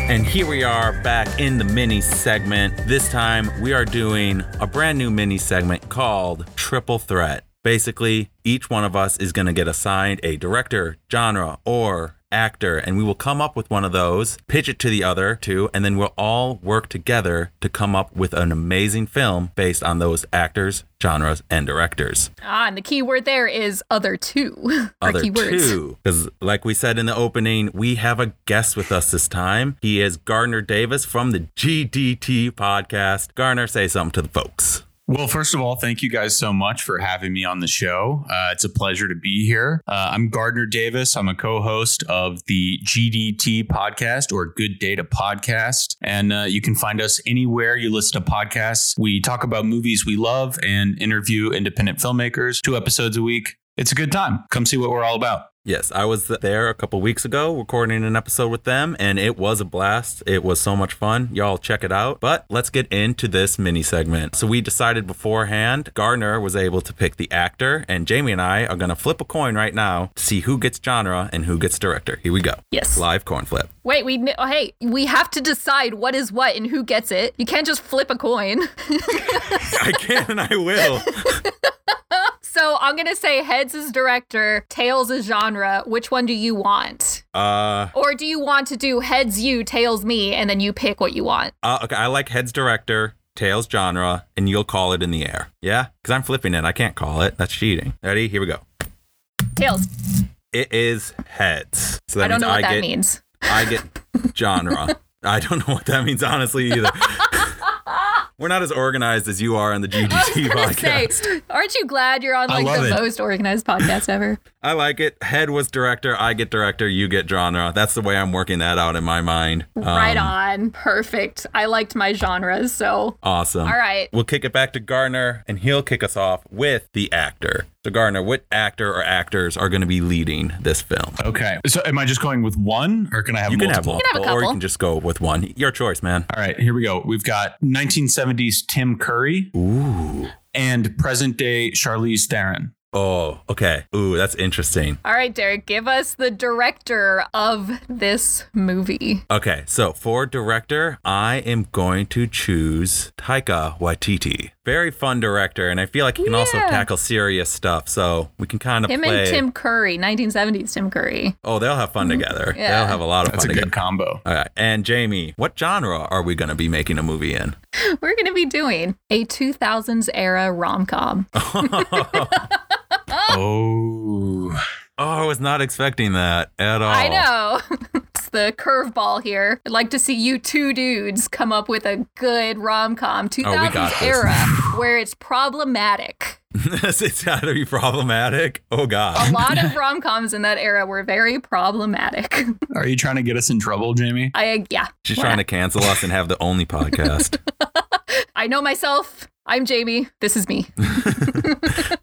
[SPEAKER 2] And here we are back in the mini segment. This time we are doing a brand new mini segment called Triple Threat. Basically, each one of us is going to get assigned a director, genre, or actor, and we will come up with one of those, pitch it to the other two, and then we'll all work together to come up with an amazing film based on those actors, genres, and directors
[SPEAKER 1] Ah, and the key word there is other two. or
[SPEAKER 2] other
[SPEAKER 1] keywords.
[SPEAKER 2] two. Because, like we said in the opening, we have a guest with us this time. He is Gardner Davis from the GDT podcast. Garner, say something to the folks.
[SPEAKER 3] Well, first of all, thank you guys so much for having me on the show. Uh, it's a pleasure to be here. Uh, I'm Gardner Davis. I'm a co host of the GDT podcast or Good Data podcast. And uh, you can find us anywhere you listen to podcasts. We talk about movies we love and interview independent filmmakers two episodes a week. It's a good time. Come see what we're all about.
[SPEAKER 2] Yes, I was there a couple weeks ago recording an episode with them, and it was a blast. It was so much fun. Y'all check it out. But let's get into this mini segment. So, we decided beforehand, Gardner was able to pick the actor, and Jamie and I are going to flip a coin right now to see who gets genre and who gets director. Here we go.
[SPEAKER 1] Yes.
[SPEAKER 2] Live coin flip.
[SPEAKER 1] Wait, we kn- oh, hey, we have to decide what is what and who gets it. You can't just flip a coin.
[SPEAKER 2] I can and I will.
[SPEAKER 1] so I'm gonna say heads is director, tails is genre. Which one do you want?
[SPEAKER 2] Uh,
[SPEAKER 1] Or do you want to do heads you, tails me, and then you pick what you want?
[SPEAKER 2] uh, okay, I like heads director, tails genre, and you'll call it in the air. Yeah? Because I'm flipping it. I can't call it. That's cheating. Ready? Here we go.
[SPEAKER 1] Tails.
[SPEAKER 2] It is heads. So that
[SPEAKER 1] I don't
[SPEAKER 2] means
[SPEAKER 1] know what
[SPEAKER 2] I
[SPEAKER 1] that
[SPEAKER 2] get,
[SPEAKER 1] means.
[SPEAKER 2] I get genre. I don't know what that means honestly either. We're not as organized as you are on the GDT
[SPEAKER 1] I was gonna
[SPEAKER 2] podcast.
[SPEAKER 1] say, aren't you glad you're on
[SPEAKER 3] I
[SPEAKER 1] like
[SPEAKER 3] love
[SPEAKER 1] the
[SPEAKER 3] it.
[SPEAKER 1] most organized podcast ever?
[SPEAKER 2] I like it. Head was director. I get director. You get genre. That's the way I'm working that out in my mind. Um,
[SPEAKER 1] right on. Perfect. I liked my genres, so
[SPEAKER 2] Awesome.
[SPEAKER 1] all right.
[SPEAKER 2] We'll kick it back to Garner, and he'll kick us off with the actor. So, Garner, what actor or actors are going to be leading this film?
[SPEAKER 3] Okay. So am I just going with one or can I have
[SPEAKER 2] You can have
[SPEAKER 3] multiple?
[SPEAKER 2] multiple,
[SPEAKER 1] can have a
[SPEAKER 2] or you
[SPEAKER 1] couple.
[SPEAKER 2] can just go with one. Your choice, man.
[SPEAKER 3] All right, here we go. We've got 1970s Tim Curry
[SPEAKER 2] Ooh.
[SPEAKER 3] and present day Charlize Theron.
[SPEAKER 2] Oh, okay. Ooh, that's interesting.
[SPEAKER 1] All right, Derek, give us the director of this movie.
[SPEAKER 2] Okay, so for director, I am going to choose Taika Waititi. Very fun director, and I feel like he can also
[SPEAKER 1] Yeah.
[SPEAKER 2] tackle serious stuff. So we can kind of
[SPEAKER 1] Him
[SPEAKER 2] play.
[SPEAKER 1] and Tim Curry, 1970s Tim Curry.
[SPEAKER 2] oh, they'll have fun together.
[SPEAKER 1] Yeah.
[SPEAKER 2] They'll have a lot of
[SPEAKER 3] That's
[SPEAKER 2] fun
[SPEAKER 3] a
[SPEAKER 2] together.
[SPEAKER 3] good combo.
[SPEAKER 2] All right, and Jamie, what genre are we going to be making a movie in?
[SPEAKER 1] We're going to be doing a 2000s era rom com.
[SPEAKER 3] Oh.
[SPEAKER 2] Oh, I was not expecting that at all.
[SPEAKER 1] I know. it's the curveball here. I'd like to see you two dudes come up with a good rom com, 2000s
[SPEAKER 2] Oh, got this.
[SPEAKER 1] era, where it's problematic.
[SPEAKER 2] this has got to be problematic. Oh
[SPEAKER 1] A
[SPEAKER 2] God.
[SPEAKER 1] lot of rom coms in that era were very problematic.
[SPEAKER 3] Are you trying to get us in trouble, Jamie?
[SPEAKER 1] I, yeah,
[SPEAKER 2] She's trying to cancel us and have the only podcast.
[SPEAKER 1] I know myself. I'm Jamie. This is me.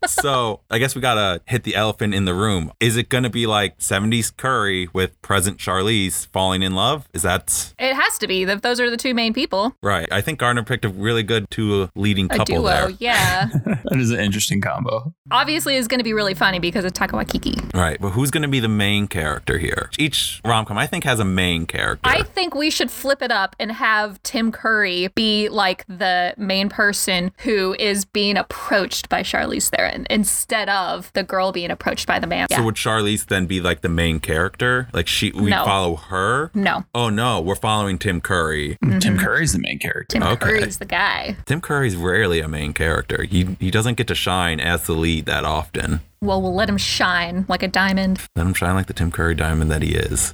[SPEAKER 2] so I guess we gotta hit the elephant in the room. Is it gonna be like 70s Curry with present Charlize falling in love? Is that
[SPEAKER 1] It has to be that those are the two main people.
[SPEAKER 2] right? I think Gardner picked a really good two leading
[SPEAKER 1] A
[SPEAKER 2] couple
[SPEAKER 1] duo,
[SPEAKER 2] there.
[SPEAKER 1] yeah.
[SPEAKER 3] That is an interesting combo.
[SPEAKER 1] Obviously, it's going to be really funny because of Takawakiki.
[SPEAKER 2] Right, but who's gonna be the main character here? Each rom com I think has a main character.
[SPEAKER 1] I think we should flip it up and have Tim Curry be like the main person who is being approached by Charlize Theron instead of the girl being approached by the man.
[SPEAKER 2] So
[SPEAKER 1] Yeah.
[SPEAKER 2] would Charlize then be like the main character? Like she we
[SPEAKER 1] No.
[SPEAKER 2] follow her?
[SPEAKER 1] No,
[SPEAKER 2] Oh no, we're following Tim Curry.
[SPEAKER 3] Tim Curry's the main character.
[SPEAKER 1] Tim
[SPEAKER 2] Okay.
[SPEAKER 1] Curry's the guy.
[SPEAKER 2] Tim Curry's rarely a main character. He he doesn't get to shine as the lead that often.
[SPEAKER 1] Well, we'll let him shine like a diamond.
[SPEAKER 2] Let him shine like the Tim Curry diamond that he is.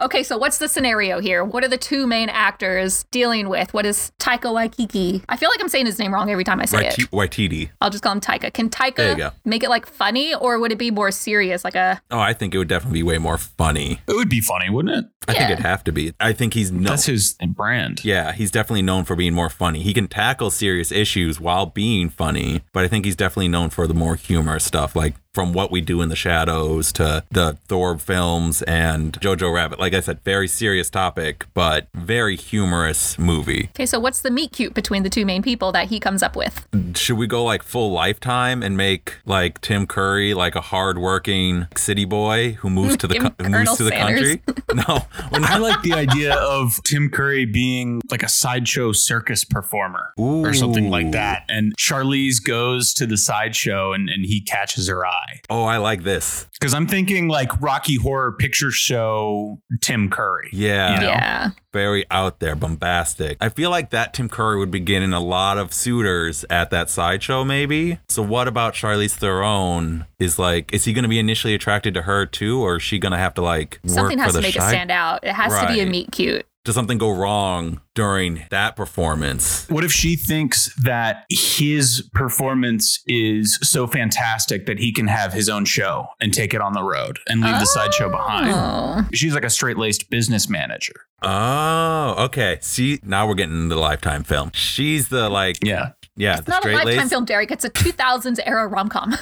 [SPEAKER 1] Okay, so what's the scenario here? What are the two main actors dealing with? What is Taika Waikiki? I feel like I'm saying his name wrong every time I say it.
[SPEAKER 2] Waiti- Waititi.
[SPEAKER 1] I'll just call him Taika. Can
[SPEAKER 2] There you go.
[SPEAKER 1] Taika make it like funny or would it be more serious? Like a
[SPEAKER 2] Oh, I think it would definitely be way more funny.
[SPEAKER 3] It would be funny, wouldn't it?
[SPEAKER 2] I think
[SPEAKER 1] Yeah.
[SPEAKER 2] it'd have to be. I think he's no.
[SPEAKER 3] That's his brand.
[SPEAKER 2] yeah, he's definitely known for being more funny. He can tackle serious issues while being funny, but I think he's definitely known for the more humorous stuff, like from what we do in the shadows to the Thor films and Jojo Rabbit. Like I said, very serious topic, but very humorous movie.
[SPEAKER 1] Okay, so what's the meet cute between the two main people that he comes up with?
[SPEAKER 2] Should we go like full lifetime and make like Tim Curry like a hardworking city boy who moves to the
[SPEAKER 1] Give him
[SPEAKER 2] co- who moves
[SPEAKER 1] Colonel
[SPEAKER 2] to the country? No, we're not
[SPEAKER 3] I like the idea of Tim Curry being like a sideshow circus performer or something
[SPEAKER 2] Ooh.
[SPEAKER 3] like that. And Charlize goes to the sideshow and, and he catches her eye.
[SPEAKER 2] Oh, I like this.
[SPEAKER 3] Because I'm thinking like Rocky Horror Picture Show Tim Curry.
[SPEAKER 2] Yeah,
[SPEAKER 3] You know?
[SPEAKER 1] Yeah.
[SPEAKER 2] very out there, bombastic. I feel like that Tim Curry would be getting a lot of suitors at that sideshow, maybe. So, what about Charlize Theron? Is like, is he going to be initially attracted to her too, or is she going to have to like work
[SPEAKER 1] Something
[SPEAKER 2] for
[SPEAKER 1] has
[SPEAKER 2] the
[SPEAKER 1] to make it
[SPEAKER 2] shy-
[SPEAKER 1] stand out. It has to be a
[SPEAKER 2] Right.
[SPEAKER 1] meet cute.
[SPEAKER 2] does something go wrong during that performance?
[SPEAKER 3] What if she thinks that his performance is so fantastic that he can have his own show and take it on the road and leave the sideshow behind?
[SPEAKER 1] Oh.
[SPEAKER 3] She's like a straight laced business manager.
[SPEAKER 2] Oh, okay. See, now we're getting into the lifetime film. She's the like,
[SPEAKER 3] Yeah.
[SPEAKER 2] yeah,
[SPEAKER 1] It's
[SPEAKER 2] the
[SPEAKER 1] not a
[SPEAKER 2] straight
[SPEAKER 1] lifetime
[SPEAKER 2] lace
[SPEAKER 1] film, Derek. It's a 2000s era rom com.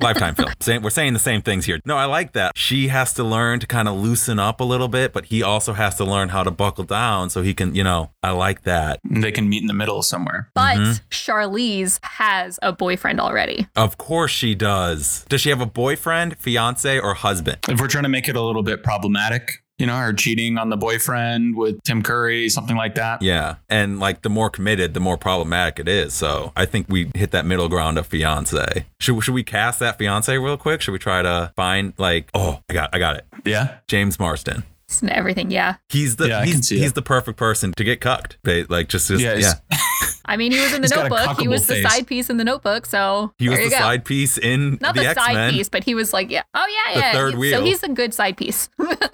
[SPEAKER 2] lifetime film. Same, we're saying the same things here. No, I like that. She has to learn to kind of loosen up a little bit, but he also has to learn how to buckle down so he can, you know, I like that.
[SPEAKER 3] They can meet in the middle somewhere.
[SPEAKER 1] but
[SPEAKER 2] Mm-hmm.
[SPEAKER 1] Charlize has a boyfriend already.
[SPEAKER 2] Of course she does. Does she have a boyfriend, fiance, or husband?
[SPEAKER 3] If we're trying to make it a little bit problematic, you know, her cheating on the boyfriend with Tim Curry, something like that.
[SPEAKER 2] Yeah. And like the more committed, the more problematic it is. So I think we hit that middle ground of fiance. Should, should we cast that fiance real quick? Should we try to find like oh I got I got it.
[SPEAKER 3] Yeah.
[SPEAKER 2] James Marston.
[SPEAKER 1] It's in everything, yeah.
[SPEAKER 2] He's the
[SPEAKER 3] Yeah, I can
[SPEAKER 2] he's,
[SPEAKER 3] see
[SPEAKER 2] he's
[SPEAKER 3] it.
[SPEAKER 2] the perfect person to get cucked. They, like just, just
[SPEAKER 3] Yeah,
[SPEAKER 2] yeah,
[SPEAKER 3] he's-
[SPEAKER 1] I mean, he was in the
[SPEAKER 3] He's got a
[SPEAKER 1] notebook. He
[SPEAKER 3] cockable
[SPEAKER 1] was the
[SPEAKER 3] face.
[SPEAKER 1] side piece in the notebook. So
[SPEAKER 2] He was
[SPEAKER 1] there
[SPEAKER 2] the
[SPEAKER 1] you go.
[SPEAKER 2] side piece in
[SPEAKER 1] Not
[SPEAKER 2] the,
[SPEAKER 1] the,
[SPEAKER 2] X
[SPEAKER 1] side
[SPEAKER 2] Men.
[SPEAKER 1] piece, but he was like, yeah. Oh, yeah,
[SPEAKER 2] The
[SPEAKER 1] yeah.
[SPEAKER 2] third
[SPEAKER 1] He-
[SPEAKER 2] wheel.
[SPEAKER 1] So he's a good side piece.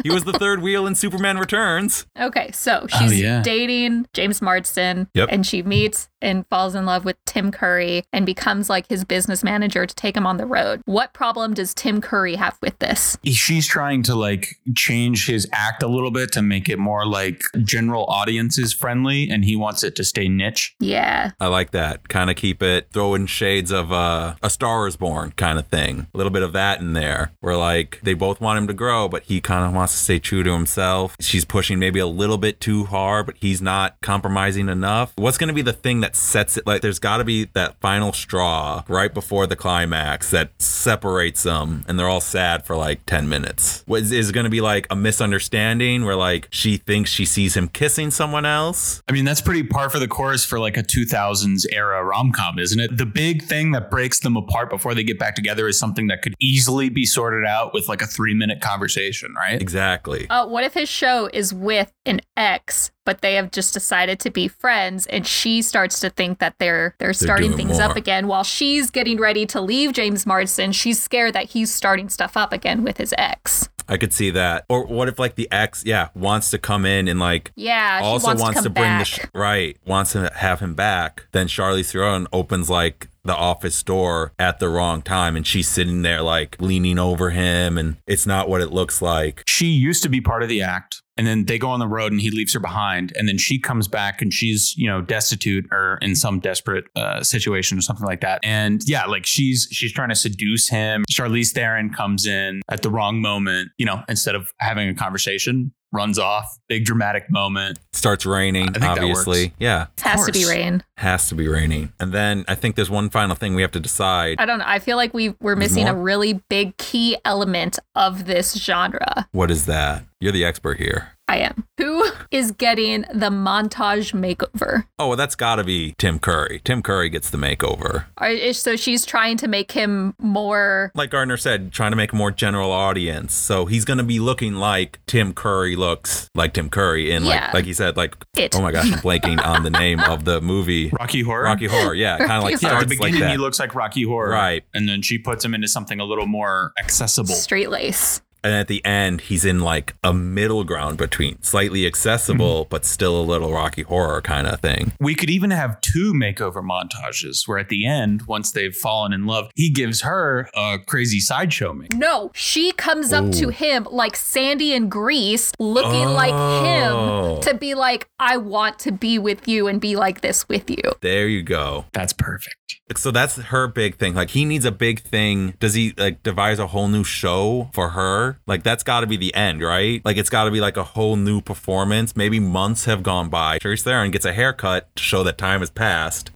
[SPEAKER 2] He was the third wheel in Superman Returns.
[SPEAKER 1] okay, so
[SPEAKER 3] Oh,
[SPEAKER 1] she's
[SPEAKER 3] yeah.
[SPEAKER 1] dating James Marsden,
[SPEAKER 2] Yep.
[SPEAKER 1] and she meets and falls in love with Tim Curry and becomes like his business manager to take him on the road. What problem does Tim Curry have with this?
[SPEAKER 3] She's trying to like change his act a little bit to make it more like general audiences friendly, and he wants it to stay niche.
[SPEAKER 1] Yeah.
[SPEAKER 2] I like that. Kind of keep it throwing shades of uh, a Star is Born kind of thing. A little bit of that in there, where like they both want him to grow, but he kind of wants to stay true to himself. She's pushing maybe a little bit too hard, but he's not compromising enough. What's going to be the thing that sets it? Like, there's got to be that final straw right before the climax that separates them, and they're all sad for like 10 minutes. What is, is going to be like a misunderstanding where like she thinks she sees him kissing someone else?
[SPEAKER 3] I mean, that's pretty par for the course for like a 2000s era rom com, isn't it? The big thing that breaks them apart before they get back together is something that could easily be sorted out with like a three minute conversation, right?
[SPEAKER 2] Exactly.
[SPEAKER 1] Uh, what if his show is with an ex, but they have just decided to be friends, and she starts to think that they're they're, starting
[SPEAKER 2] doing
[SPEAKER 1] things up
[SPEAKER 2] more.
[SPEAKER 1] again while she's getting ready to leave James Marsden. She's scared that he's starting stuff up again with his ex.
[SPEAKER 2] I could see that. Or what if like the ex, yeah, wants to come in and like
[SPEAKER 1] Yeah, she
[SPEAKER 2] also
[SPEAKER 1] wants,
[SPEAKER 2] wants,
[SPEAKER 1] to, come
[SPEAKER 2] bring
[SPEAKER 1] back.
[SPEAKER 2] the sh- right, wants to have him back. Then Charlize Theron opens like the office door at the wrong time, and she's sitting there like leaning over him, and it's not what it looks like.
[SPEAKER 3] She used to be part of the act, and then they go on the road and he leaves her behind. And then she comes back and she's, you know, destitute or in some desperate uh, situation or something like that. And yeah, like she's she's trying to seduce him. Charlize Theron comes in at the wrong moment, you know, instead of having a conversation, runs off, big dramatic moment.
[SPEAKER 2] Starts raining,
[SPEAKER 3] I think that
[SPEAKER 2] obviously.
[SPEAKER 3] works.
[SPEAKER 2] Yeah,
[SPEAKER 1] Has to be
[SPEAKER 3] course.
[SPEAKER 1] rain.
[SPEAKER 2] has to be raining. And then I think there's one final thing we have to decide.
[SPEAKER 1] I don't know. I feel like we we're missing a
[SPEAKER 2] more?
[SPEAKER 1] really big key element of this genre.
[SPEAKER 2] What is that? You're the expert here.
[SPEAKER 1] I am. Who is getting the montage makeover?
[SPEAKER 2] Oh, well, that's got to be Tim Curry. Tim Curry gets the makeover.
[SPEAKER 1] Or is- So she's trying to make him more
[SPEAKER 2] like Gardner said, trying to make a more general audience. So he's gonna be looking like Tim Curry looks like Tim Curry in
[SPEAKER 1] Yeah.
[SPEAKER 2] like like he said, like
[SPEAKER 1] It.
[SPEAKER 2] oh my gosh, I'm blanking on the name of the movie.
[SPEAKER 3] Rocky Horror.
[SPEAKER 2] Rocky Horror, yeah. Kind of like
[SPEAKER 1] Rocky Horror.
[SPEAKER 2] starts
[SPEAKER 3] Yeah, at the beginning
[SPEAKER 2] like that.
[SPEAKER 3] he looks like Rocky Horror.
[SPEAKER 2] Right.
[SPEAKER 3] And then she puts him into something a little more accessible.
[SPEAKER 1] straight lace.
[SPEAKER 2] and at the end he's in like a middle ground between slightly accessible
[SPEAKER 3] Mm-hmm.
[SPEAKER 2] but still a little Rocky Horror kind of thing.
[SPEAKER 3] We could even have two makeover montages where at the end, once they've fallen in love, he gives her a crazy sideshow makeover.
[SPEAKER 1] No, she comes up to
[SPEAKER 2] Ooh.
[SPEAKER 1] him like Sandy in Greece, looking like
[SPEAKER 2] Oh.
[SPEAKER 1] him to be like, I want to be with you and be like this with you.
[SPEAKER 2] There you go.
[SPEAKER 3] That's perfect.
[SPEAKER 2] So that's her big thing. Like he needs a big thing. Does he like devise a whole new show for her? Like that's got to be the end, right? Like it's got to be like a whole new performance. Maybe months have gone by. Charlize Theron gets a haircut to show that time has passed.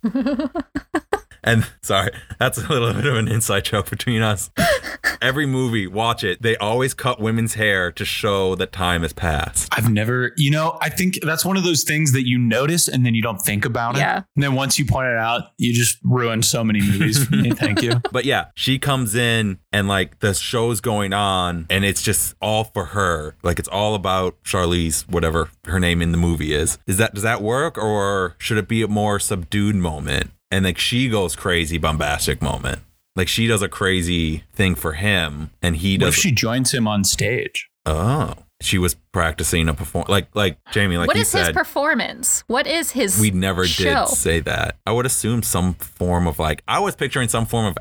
[SPEAKER 2] and sorry, that's a little bit of an inside joke between us. Every movie, watch it. They always cut women's hair to show that time has passed.
[SPEAKER 3] I've never, you know, I think that's one of those things that you notice and then you don't think about it.
[SPEAKER 1] Yeah.
[SPEAKER 3] And then once you point it out, you just ruined so many movies for me. Thank you.
[SPEAKER 2] But yeah, she comes in and like the show's going on and it's just all for her. Like it's all about Charlize, whatever her name in the movie is. Is that does that work or should it be a more subdued moment? And like she goes crazy bombastic moment. Like she does a crazy thing for him and he
[SPEAKER 3] What if
[SPEAKER 2] does
[SPEAKER 3] she joins him on stage?
[SPEAKER 2] Oh. She was practicing a perform like like Jamie like
[SPEAKER 1] what
[SPEAKER 2] you
[SPEAKER 1] is his
[SPEAKER 2] said.
[SPEAKER 1] performance? What is his?
[SPEAKER 2] we never
[SPEAKER 1] show?
[SPEAKER 2] did say that. I would assume some form of like I was picturing some form of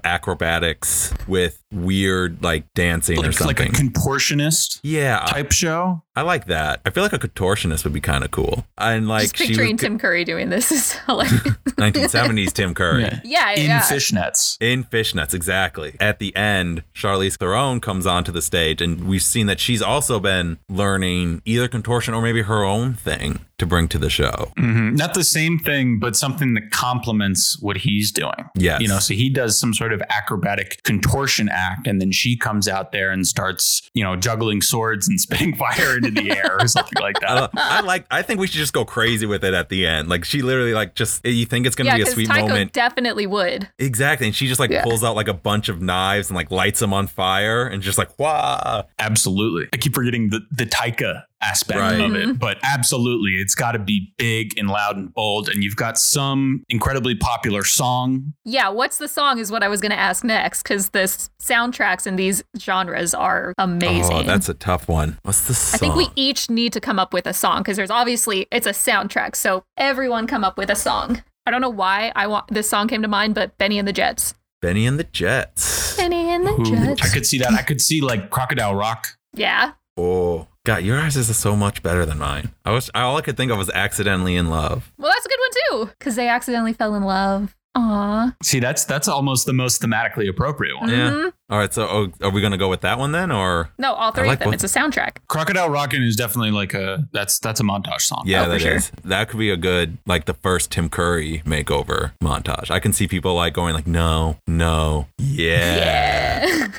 [SPEAKER 2] acrobatics with weird like dancing or
[SPEAKER 3] Like, like a
[SPEAKER 2] something.
[SPEAKER 3] contortionist
[SPEAKER 2] yeah, I,
[SPEAKER 3] type show.
[SPEAKER 2] I like that. I feel like a contortionist would be kind of cool. And like
[SPEAKER 1] Just
[SPEAKER 2] she was
[SPEAKER 1] picturing
[SPEAKER 2] g-
[SPEAKER 1] Tim Curry doing this is hilarious.
[SPEAKER 2] 1970s Tim Curry.
[SPEAKER 3] Yeah.
[SPEAKER 1] yeah,
[SPEAKER 3] In
[SPEAKER 1] yeah.
[SPEAKER 3] fishnets.
[SPEAKER 2] In fishnets, exactly. At the end, Charlize Theron comes onto the stage, and we've seen that she's also been learning either contortion or maybe her own thing to bring to the show.
[SPEAKER 3] Mhm. Not the same thing, but something that complements what he's doing.
[SPEAKER 2] Yes.
[SPEAKER 3] You know, so he does some sort of acrobatic contortion act, and then she comes out there and starts, you know, juggling swords and spitting fire into the air or something like
[SPEAKER 2] I,
[SPEAKER 3] that.
[SPEAKER 2] I like. I think we should just go crazy with it at the end. Like she literally, like, just you think it's gonna
[SPEAKER 1] yeah,
[SPEAKER 2] be a
[SPEAKER 1] because
[SPEAKER 2] sweet
[SPEAKER 1] Tycho
[SPEAKER 2] moment,
[SPEAKER 1] definitely would.
[SPEAKER 2] exactly. And she just like
[SPEAKER 1] Yeah.
[SPEAKER 2] pulls out like a bunch of knives and like lights them on fire, and just like, wow,
[SPEAKER 3] Absolutely. I keep forgetting the, the taika aspect
[SPEAKER 2] Right.
[SPEAKER 3] of it, but absolutely, it's got to be big and loud and bold. And you've got some incredibly popular song.
[SPEAKER 1] Yeah, what's the song is what I was going to ask next because the s- soundtracks in these genres are amazing.
[SPEAKER 2] oh, that's a tough one. What's the
[SPEAKER 1] I
[SPEAKER 2] song?
[SPEAKER 1] think we each need to come up with a song because there's obviously it's a soundtrack, so everyone come up with a song. I don't know why I want this song came to mind, but Benny and the Jets.
[SPEAKER 2] Benny and the Jets.
[SPEAKER 1] Benny and the
[SPEAKER 3] I
[SPEAKER 1] Jets.
[SPEAKER 3] could see that. I could see like Crocodile Rock.
[SPEAKER 1] Yeah.
[SPEAKER 2] Oh God, your eyes is so much better than mine. I was all I could think of was accidentally in love.
[SPEAKER 1] Well, that's a good one too because they accidentally fell in love. Aw.
[SPEAKER 3] See, that's that's almost the most thematically appropriate one.
[SPEAKER 2] Yeah.
[SPEAKER 1] Mhm.
[SPEAKER 2] All right, so oh, are we gonna go with that one then, or
[SPEAKER 1] No, all three
[SPEAKER 2] like
[SPEAKER 1] of them.
[SPEAKER 2] both.
[SPEAKER 1] It's a soundtrack.
[SPEAKER 3] Crocodile Rockin' is definitely like a that's that's a montage song.
[SPEAKER 2] yeah,
[SPEAKER 1] Oh,
[SPEAKER 2] that
[SPEAKER 1] for sure.
[SPEAKER 2] is. that could be a good like the first Tim Curry makeover montage. I can see people like going like, no, no, yeah,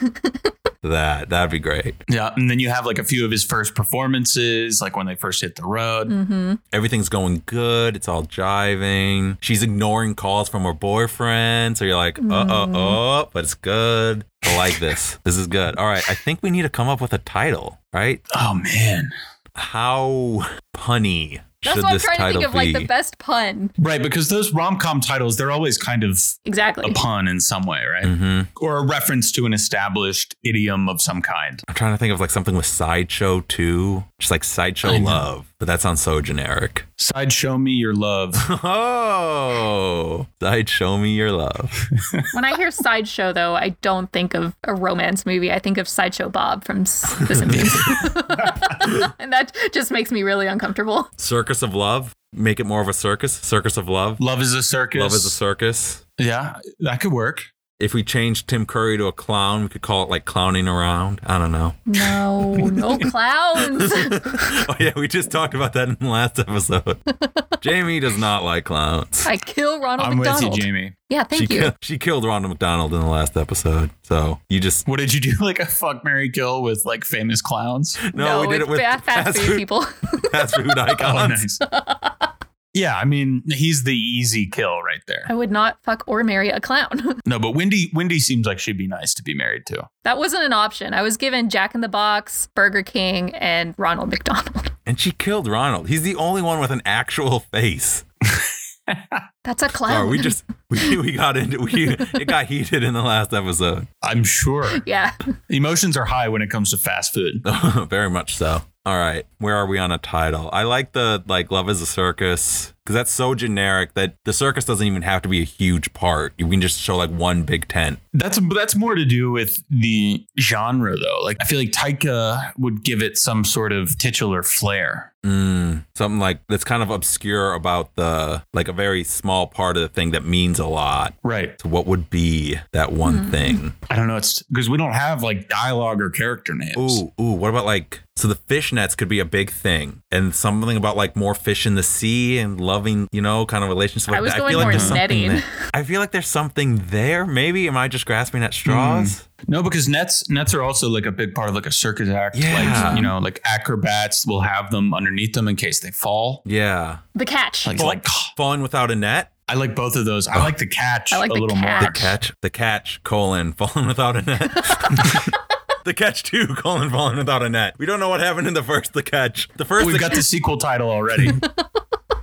[SPEAKER 2] that that'd be great.
[SPEAKER 3] Yeah, and then you have like a few of his first performances, like when they first hit the road.
[SPEAKER 1] mm-hmm.
[SPEAKER 2] Everything's going good. It's all jiving. She's ignoring calls from her boyfriend, so you're like, uh
[SPEAKER 1] Mm-hmm.
[SPEAKER 2] oh, oh, but it's good. I like this. this is good. All right, I think we need to come up with a title, right?
[SPEAKER 3] Oh man.
[SPEAKER 2] how punny
[SPEAKER 1] That's
[SPEAKER 2] should
[SPEAKER 1] what I'm
[SPEAKER 2] this
[SPEAKER 1] trying to
[SPEAKER 2] title
[SPEAKER 1] think of,
[SPEAKER 2] be?
[SPEAKER 1] like the best pun.
[SPEAKER 3] Right, because those rom-com titles, they're always kind of
[SPEAKER 1] Exactly.
[SPEAKER 3] a pun in some way, right?
[SPEAKER 2] Mhm.
[SPEAKER 3] Or a reference to an established idiom of some kind.
[SPEAKER 2] I'm trying to think of like something with sideshow too, just like sideshow
[SPEAKER 3] I know.
[SPEAKER 2] love, but that sounds so generic.
[SPEAKER 3] Side show me your love.
[SPEAKER 2] Oh, sideshow me your love.
[SPEAKER 1] When I hear sideshow, though, I don't think of a romance movie. I think of sideshow Bob from S- The Simpsons, and that just makes me really uncomfortable.
[SPEAKER 2] Circus of love. Make it more of a circus. Circus of love.
[SPEAKER 3] Love is a circus.
[SPEAKER 2] Love is a circus.
[SPEAKER 3] Yeah, that could work.
[SPEAKER 2] If we change Tim Curry to a clown, we could call it like clowning around. I don't know.
[SPEAKER 1] No, no clowns.
[SPEAKER 2] oh yeah, we just talked about that in the last episode. Jamie does not like clowns.
[SPEAKER 1] I kill Ronald
[SPEAKER 3] I'm
[SPEAKER 1] McDonald.
[SPEAKER 3] with you, Jamie.
[SPEAKER 1] Yeah, thank
[SPEAKER 2] she
[SPEAKER 1] you.
[SPEAKER 2] Killed, she killed Ronald McDonald in the last episode. So you just
[SPEAKER 3] What did you do? Like a fuck Mary Kill with like famous clowns?
[SPEAKER 2] no, we did it
[SPEAKER 1] it's
[SPEAKER 2] with
[SPEAKER 1] fa- fast, food, people.
[SPEAKER 2] fast food
[SPEAKER 3] Oh,
[SPEAKER 2] icons.
[SPEAKER 3] nice. yeah, I mean, he's the easy kill right there.
[SPEAKER 1] I would not fuck or marry a clown.
[SPEAKER 3] No, but Wendy Wendy seems like she'd be nice to be married to.
[SPEAKER 1] that wasn't an option. I was given Jack in the Box, Burger King, and Ronald McDonald.
[SPEAKER 2] And she killed Ronald. He's the only one with an actual face.
[SPEAKER 1] That's a clown.
[SPEAKER 2] Sorry, Oh, we just we, we got into we it got heated in the last episode.
[SPEAKER 3] I'm sure.
[SPEAKER 1] yeah.
[SPEAKER 3] Emotions are high when it comes to fast food.
[SPEAKER 2] Very much so. All right, where are we on a title? I like the like love is a circus because that's so generic that the circus doesn't even have to be a huge part. You can just show like one big tent.
[SPEAKER 3] That's that's more to do with the genre though. Like I feel like Taika would give it some sort of titular flair.
[SPEAKER 2] Mm, something like that's kind of obscure about the like a very small part of the thing that means a lot.
[SPEAKER 3] Right.
[SPEAKER 2] So what would be that one
[SPEAKER 1] Hmm.
[SPEAKER 2] thing?
[SPEAKER 3] I don't know, it's because we don't have like dialogue or character names.
[SPEAKER 2] Ooh, ooh, what about like so the fishnets could be a big thing and something about like more fish in the sea and loving, you know, kind of relationship like
[SPEAKER 1] I was
[SPEAKER 2] that.
[SPEAKER 1] going
[SPEAKER 2] like
[SPEAKER 1] more
[SPEAKER 2] there's something
[SPEAKER 1] netting.
[SPEAKER 2] there. I feel like there's something there. Maybe am I just grasping at straws?
[SPEAKER 1] Hmm.
[SPEAKER 3] No, because nets nets are also like a big part of like a circus act.
[SPEAKER 2] Yeah.
[SPEAKER 3] Like, you know, like acrobats will have them underneath them in case they fall.
[SPEAKER 2] Yeah.
[SPEAKER 1] The catch.
[SPEAKER 3] Like, like
[SPEAKER 2] Falling without a net?
[SPEAKER 3] I like both of those. I like the catch
[SPEAKER 1] I like
[SPEAKER 3] a
[SPEAKER 1] the
[SPEAKER 3] little
[SPEAKER 1] catch.
[SPEAKER 3] more.
[SPEAKER 2] The catch. The catch, colon, falling without a net. the catch two, colon, falling without a net. We don't know what happened in the first the catch. The first
[SPEAKER 3] We've
[SPEAKER 2] the
[SPEAKER 3] got the sequel title already.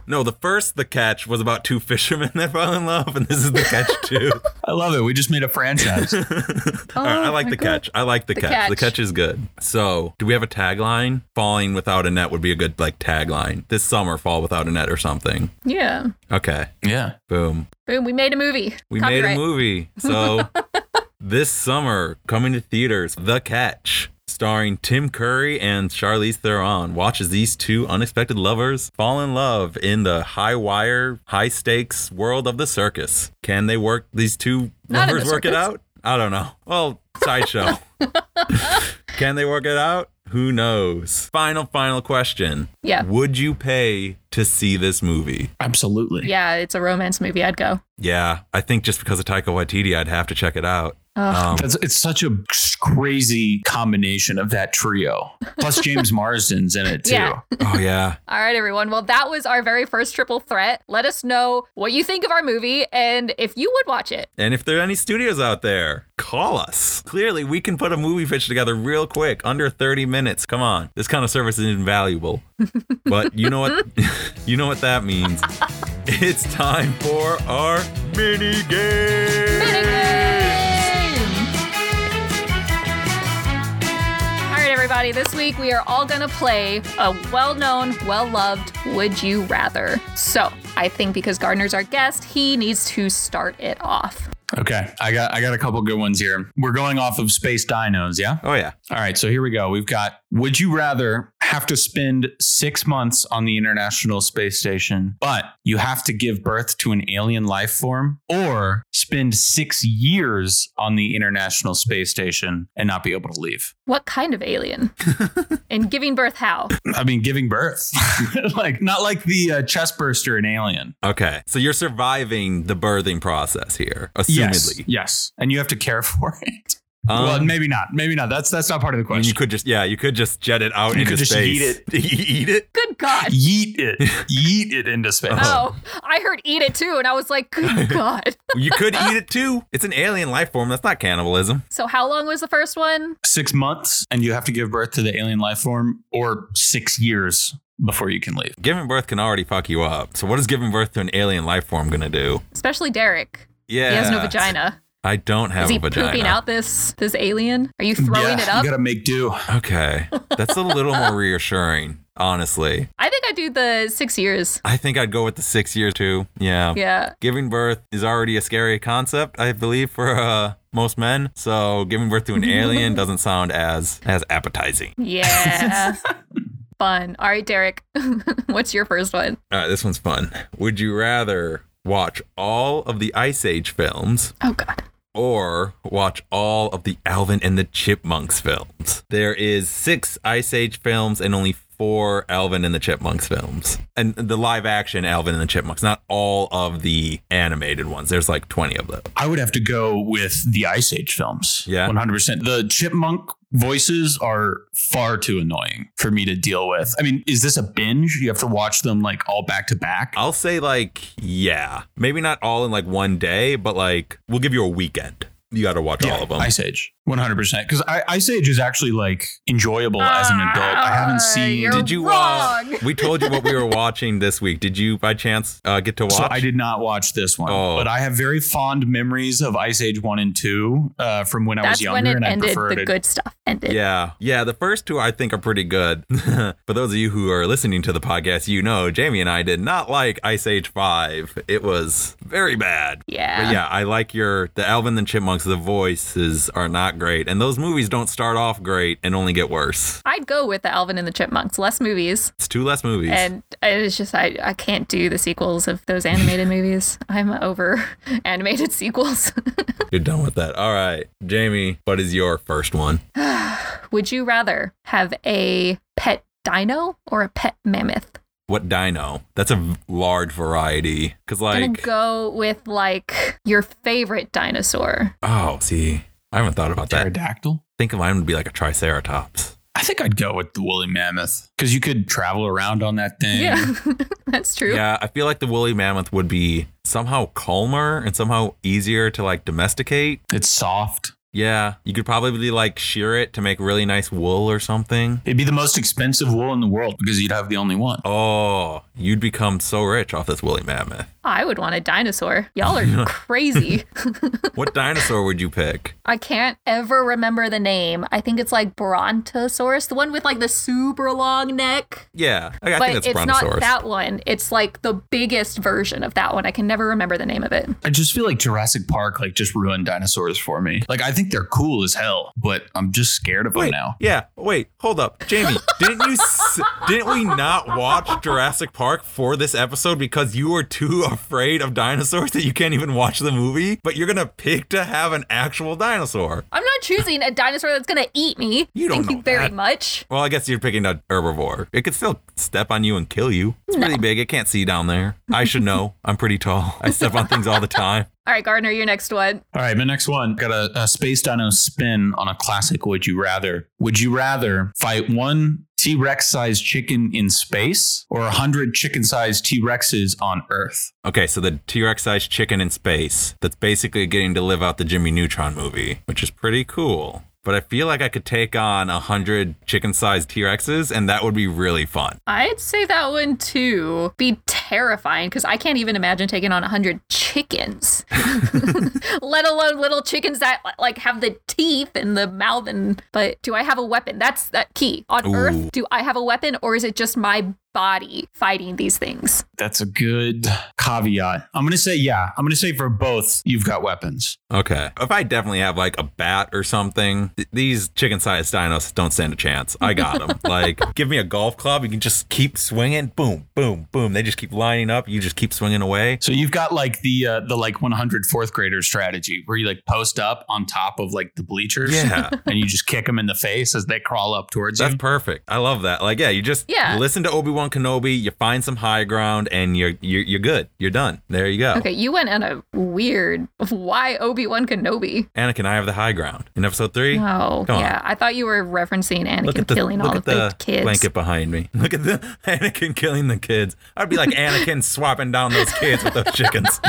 [SPEAKER 2] No, the first The Catch was about two fishermen that fall in love, and this is The Catch 2.
[SPEAKER 3] I love it. We just made a franchise.
[SPEAKER 2] All right, I
[SPEAKER 1] Oh
[SPEAKER 2] like
[SPEAKER 1] my
[SPEAKER 2] The
[SPEAKER 1] God.
[SPEAKER 2] Catch. I like The,
[SPEAKER 1] The
[SPEAKER 2] catch. The
[SPEAKER 1] Catch.
[SPEAKER 2] Catch is good. So, do we have a tagline? Falling without a net would be a good like tagline. This summer, fall without a net or something.
[SPEAKER 1] Yeah.
[SPEAKER 2] Okay,
[SPEAKER 3] yeah.
[SPEAKER 2] boom.
[SPEAKER 1] Boom, we made a movie.
[SPEAKER 2] We made a
[SPEAKER 1] Copyright.
[SPEAKER 2] movie. So this summer, coming to theaters, The Catch, starring Tim Curry and Charlize Theron, watches these two unexpected lovers fall in love in the high wire, high stakes world of the circus. Can they work these two
[SPEAKER 1] Not in
[SPEAKER 2] lovers
[SPEAKER 1] the
[SPEAKER 2] work it
[SPEAKER 1] circus.
[SPEAKER 2] out? I don't know. Well, sideshow. Can they work it out? Who knows? Final, final question.
[SPEAKER 1] Yeah.
[SPEAKER 2] Would you pay to see this movie?
[SPEAKER 3] Absolutely.
[SPEAKER 1] Yeah, it's a romance movie. I'd go.
[SPEAKER 2] Yeah, I think just because of Taika Waititi, I'd have to check it out.
[SPEAKER 1] Ugh.
[SPEAKER 2] Um,
[SPEAKER 3] That's, it's such a crazy combination of that trio. Plus, James Marsden's in it too.
[SPEAKER 1] Yeah.
[SPEAKER 2] oh yeah,
[SPEAKER 1] All right, everyone. Well, that was our very first triple threat. Let us know what you think of our movie and if you would watch it.
[SPEAKER 2] and if there are any studios out there, call us. Clearly, we can put a movie pitch together real quick, under 30 minutes. Come on, this kind of service is invaluable. but you know what? you know what that means. It's time for our mini game.
[SPEAKER 1] All right, everybody. This week we are all going to play a well known, well loved Would You Rather. So I think because Gardner's our guest, he needs to start it off.
[SPEAKER 3] Okay. I got I got a couple good ones here. We're going off of space dinos, yeah?
[SPEAKER 2] Oh yeah.
[SPEAKER 3] All right, so here we go. We've got would you rather have to spend 6 months on the International Space Station, but you have to give birth to an alien life form or spend 6 years on the International Space Station and not be able to leave?
[SPEAKER 1] What kind of alien? and giving birth how?
[SPEAKER 3] I mean, giving birth. like not like the uh, chest burster in Alien.
[SPEAKER 2] Okay, so you're surviving the birthing process here, assumedly.
[SPEAKER 3] Yes. Yes. And you have to care for it.
[SPEAKER 2] Um,
[SPEAKER 3] well, maybe not. Maybe not. That's that's not part of the
[SPEAKER 2] I mean, you
[SPEAKER 3] question.
[SPEAKER 2] could just yeah, you could just jet it out
[SPEAKER 3] You
[SPEAKER 2] into
[SPEAKER 3] could just
[SPEAKER 2] space.
[SPEAKER 3] eat
[SPEAKER 2] eat it.
[SPEAKER 1] Good God.
[SPEAKER 3] Yeet it. Yeet it into space.
[SPEAKER 1] Oh, I heard eat it too, and I was like, good God.
[SPEAKER 2] You could eat it too. It's an alien life form. That's not cannibalism.
[SPEAKER 1] So, how long was the first one?
[SPEAKER 3] Six months and you have to give birth to the alien life form or six years before you can leave.
[SPEAKER 2] Giving birth can already fuck you up. So what is giving birth to an alien life form gonna do?
[SPEAKER 1] Especially Derek.
[SPEAKER 2] Yeah.
[SPEAKER 1] He has no vagina.
[SPEAKER 2] I don't have
[SPEAKER 1] Is he
[SPEAKER 2] a vagina.
[SPEAKER 1] pooping out this this alien? Are you throwing
[SPEAKER 3] Yeah,
[SPEAKER 1] it up?
[SPEAKER 3] You gotta make do.
[SPEAKER 2] Okay. That's a little more reassuring, honestly.
[SPEAKER 1] I think I do the six years.
[SPEAKER 2] I think I'd go with the six year too. Yeah.
[SPEAKER 1] Yeah.
[SPEAKER 2] Giving birth is already a scary concept, I believe, for uh, most men. So giving birth to an alien doesn't sound as as appetizing.
[SPEAKER 1] Yeah. Fun. All right, Derek. What's your first one?
[SPEAKER 2] All right, this one's fun. Would you rather watch all of the Ice Age films
[SPEAKER 1] Oh God.
[SPEAKER 2] or watch all of the Alvin and the Chipmunks films. There is six Ice Age films and only four Alvin and the Chipmunks films, and the live action Alvin and the Chipmunks, not all of the animated ones. There's like 20 of them.
[SPEAKER 3] I would have to go with the Ice Age films.
[SPEAKER 2] Yeah.
[SPEAKER 3] 100%. The chipmunk voices are far too annoying for me to deal with. I mean, is this a binge? You have to watch them like all back to back?
[SPEAKER 2] I'll say like yeah, maybe not all in like one day, but like we'll give you a weekend. You got to watch all of them.
[SPEAKER 3] Ice Age. 100%. Because Ice Age is actually like enjoyable as an adult. I haven't
[SPEAKER 1] Ah,
[SPEAKER 3] seen.
[SPEAKER 1] you're-
[SPEAKER 2] did you?
[SPEAKER 1] Wrong.
[SPEAKER 2] Uh, we told you what we were watching this week. Did you, by chance, uh, get to watch?
[SPEAKER 3] So I did not watch this one,
[SPEAKER 2] Oh.
[SPEAKER 3] but I have very fond memories of Ice Age one and two uh, from when I was
[SPEAKER 1] That's
[SPEAKER 3] younger,
[SPEAKER 1] when it
[SPEAKER 3] and I
[SPEAKER 1] ended.
[SPEAKER 3] prefer
[SPEAKER 1] The
[SPEAKER 3] to
[SPEAKER 1] good stuff ended.
[SPEAKER 2] Yeah. Yeah. The first two I think are pretty good. For those of you who are listening to the podcast, you know Jamie and I did not like Ice Age 5. It was very bad.
[SPEAKER 1] Yeah.
[SPEAKER 2] But yeah, I like your the Alvin and Chipmunks, the voices are not great. And those movies don't start off great and only get worse.
[SPEAKER 1] I'd go with the Alvin and the Chipmunks. Less movies.
[SPEAKER 2] It's two less movies.
[SPEAKER 1] And it's just I, I can't do the sequels of those animated movies. I'm over animated sequels.
[SPEAKER 2] You're done with that. All right. Jamie, what is your first one?
[SPEAKER 1] Would you rather have a pet dino or a pet mammoth?
[SPEAKER 2] What dino? That's a v- large variety. Cause
[SPEAKER 1] I'm gonna
[SPEAKER 2] like
[SPEAKER 1] go with like your favorite dinosaur.
[SPEAKER 2] oh, see. I haven't thought about that.
[SPEAKER 3] pterodactyl.
[SPEAKER 2] Think of mine would be like a triceratops.
[SPEAKER 3] I think I'd go with the woolly mammoth because you could travel around on that thing.
[SPEAKER 1] Yeah, that's true.
[SPEAKER 2] Yeah, I feel like the woolly mammoth would be somehow calmer and somehow easier to like domesticate.
[SPEAKER 3] It's soft.
[SPEAKER 2] Yeah, you could probably like shear it to make really nice wool or something.
[SPEAKER 3] It'd be the most expensive wool in the world because you'd have the only one.
[SPEAKER 2] Oh, you'd become so rich off this woolly mammoth.
[SPEAKER 1] I would want a dinosaur. Y'all are crazy.
[SPEAKER 2] What dinosaur would you pick?
[SPEAKER 1] I can't ever remember the name. I think it's like Brontosaurus, the one with like the super long neck.
[SPEAKER 2] Yeah, I, I
[SPEAKER 1] but
[SPEAKER 2] think it's,
[SPEAKER 1] it's not
[SPEAKER 2] Brontosaurus.
[SPEAKER 1] that one. It's like the biggest version of that one. I can never remember the name of it.
[SPEAKER 3] I just feel like Jurassic Park like just ruined dinosaurs for me. Like I think they're cool as hell, but I'm just scared of them
[SPEAKER 2] Wait,
[SPEAKER 3] now.
[SPEAKER 2] yeah. Wait, hold up, Jamie. Didn't you? S- didn't we not watch Jurassic Park for this episode because you were too afraid of dinosaurs that you can't even watch the movie? But you're gonna pick to have an actual dinosaur.
[SPEAKER 1] I'm not choosing a dinosaur that's gonna eat me.
[SPEAKER 2] You don't
[SPEAKER 1] Thank
[SPEAKER 2] know
[SPEAKER 1] you very
[SPEAKER 2] that.
[SPEAKER 1] much.
[SPEAKER 2] Well, I guess you're picking a herbivore. It could still step on you and kill you. It's pretty big. It can't see down there. I should know. I'm pretty tall. I step on things all the time.
[SPEAKER 1] All right, Gardner, your next one.
[SPEAKER 3] All right, my next one got a, a space dino spin on a classic. Would you rather? Would you rather fight one T Rex sized chicken in space or a hundred chicken sized T Rexes on Earth?
[SPEAKER 2] Okay, so the T Rex sized chicken in space that's basically getting to live out the Jimmy Neutron movie, which is pretty cool. But I feel like I could take on a hundred chicken sized T Rexes, and that would be really fun.
[SPEAKER 1] I'd say that one too. Be terrifying because I can't even imagine taking on a hundred chickens, let alone little chickens that like have the teeth and the mouth. And but do I have a weapon? That's that key on
[SPEAKER 2] Ooh.
[SPEAKER 1] Earth. Do I have a weapon, or is it just my body fighting these things?
[SPEAKER 3] That's a good caveat. I'm gonna say yeah. I'm gonna say for both, you've got weapons.
[SPEAKER 2] Okay. If I definitely have like a bat or something, th- these chicken sized dinos don't stand a chance. I got them. like, give me a golf club. You can just keep swinging. Boom, boom, boom. They just keep lining up. You just keep swinging away.
[SPEAKER 3] So you've got like the uh, the like 100 fourth grader strategy where you like post up on top of like the bleachers.
[SPEAKER 2] Yeah.
[SPEAKER 3] and you just kick them in the face as they crawl up towards
[SPEAKER 2] That's
[SPEAKER 3] you.
[SPEAKER 2] perfect. I love that. Like, yeah, you just
[SPEAKER 1] Yeah.
[SPEAKER 2] listen to Obi Wan Kenobi, you find some high ground, and you're you're you're good. You're done. There you go.
[SPEAKER 1] Okay, you went on a weird why Obi Wan Kenobi.
[SPEAKER 2] Anakin, I have the high ground in episode three.
[SPEAKER 1] Oh,
[SPEAKER 2] Come on.
[SPEAKER 1] yeah. I thought you were referencing
[SPEAKER 2] Look
[SPEAKER 1] Oh, Anakin
[SPEAKER 2] at the
[SPEAKER 1] killing all
[SPEAKER 2] look
[SPEAKER 1] of
[SPEAKER 2] at
[SPEAKER 1] the,
[SPEAKER 2] the
[SPEAKER 1] kids.
[SPEAKER 2] blanket behind me. Look at the Anakin killing the kids. I'd be like Anakin swapping down those kids with those chickens.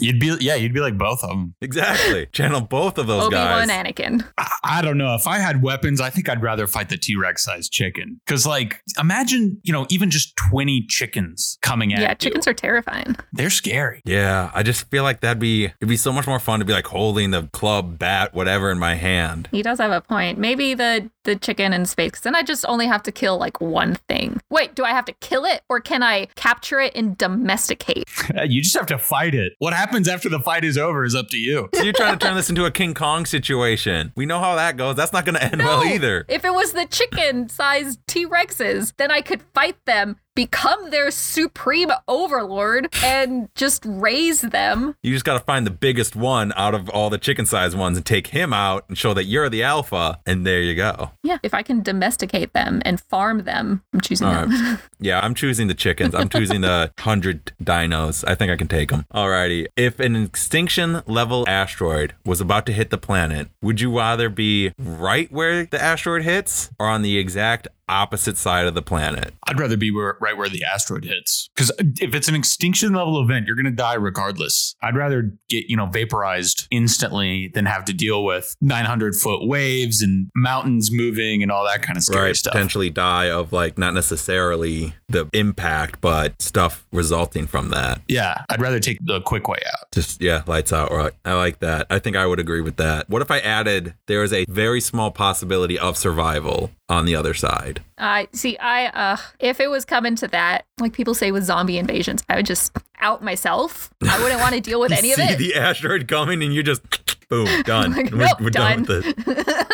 [SPEAKER 3] You'd be yeah, you'd be like both of them.
[SPEAKER 2] exactly. Channel both of those
[SPEAKER 1] Obi Wan
[SPEAKER 2] guys.
[SPEAKER 1] Anakin.
[SPEAKER 3] I, I don't know. If I had weapons, I think I'd rather fight the T Rex sized chicken. Because like, imagine you know even just 20 chickens coming at
[SPEAKER 1] Yeah,
[SPEAKER 3] you.
[SPEAKER 1] chickens are terrifying.
[SPEAKER 3] They're scary.
[SPEAKER 2] yeah, I just feel like that'd be it'd be so much more fun to be like holding the club, bat, whatever in my hand.
[SPEAKER 1] He does have a point. Maybe the the chicken in space. 'cause then I just only have to kill like one thing. Wait, do I have to kill it or can I capture it and domesticate?
[SPEAKER 3] You just have to fight it. What happens after the fight is over is up to you.
[SPEAKER 2] So you're trying to turn this into a King Kong situation. We know how that goes. That's not going to end well
[SPEAKER 1] No.
[SPEAKER 2] either.
[SPEAKER 1] If it was the chicken-sized T-Rexes, then I could fight them, become their supreme overlord, and just raise them.
[SPEAKER 2] You just got to find the biggest one out of all the chicken sized ones and take him out and show that you're the alpha. And there you go.
[SPEAKER 1] Yeah, if I can domesticate them and farm them, I'm choosing
[SPEAKER 2] All
[SPEAKER 1] that.
[SPEAKER 2] right. Yeah, I'm choosing the chickens. I'm choosing the 100 dinos. I think I can take them. Alrighty. If an extinction level asteroid was about to hit the planet, would you rather be right where the asteroid hits or on the exact opposite side of the planet?
[SPEAKER 3] I'd rather be where, right where the asteroid hits. Because if it's an extinction level event, you're going to die regardless. I'd rather get, you know, vaporized instantly than have to deal with 900 foot waves and mountains moving and all that kind of scary stuff.
[SPEAKER 2] Potentially die of like not necessarily the impact, but stuff resulting from that.
[SPEAKER 3] Yeah, I'd rather take the quick way out.
[SPEAKER 2] Just yeah, lights out. Right. I like that. I think I would agree with that. What if I added there is a very small possibility of survival on the other side?
[SPEAKER 1] I see. I uh, if it was coming to that, like people say with zombie invasions, I would just out myself. I wouldn't want to deal with
[SPEAKER 2] You
[SPEAKER 1] any of
[SPEAKER 2] see
[SPEAKER 1] it.
[SPEAKER 2] the asteroid coming, and you're just boom done.
[SPEAKER 1] Like,
[SPEAKER 2] we're
[SPEAKER 1] nope,
[SPEAKER 2] we're done. with it.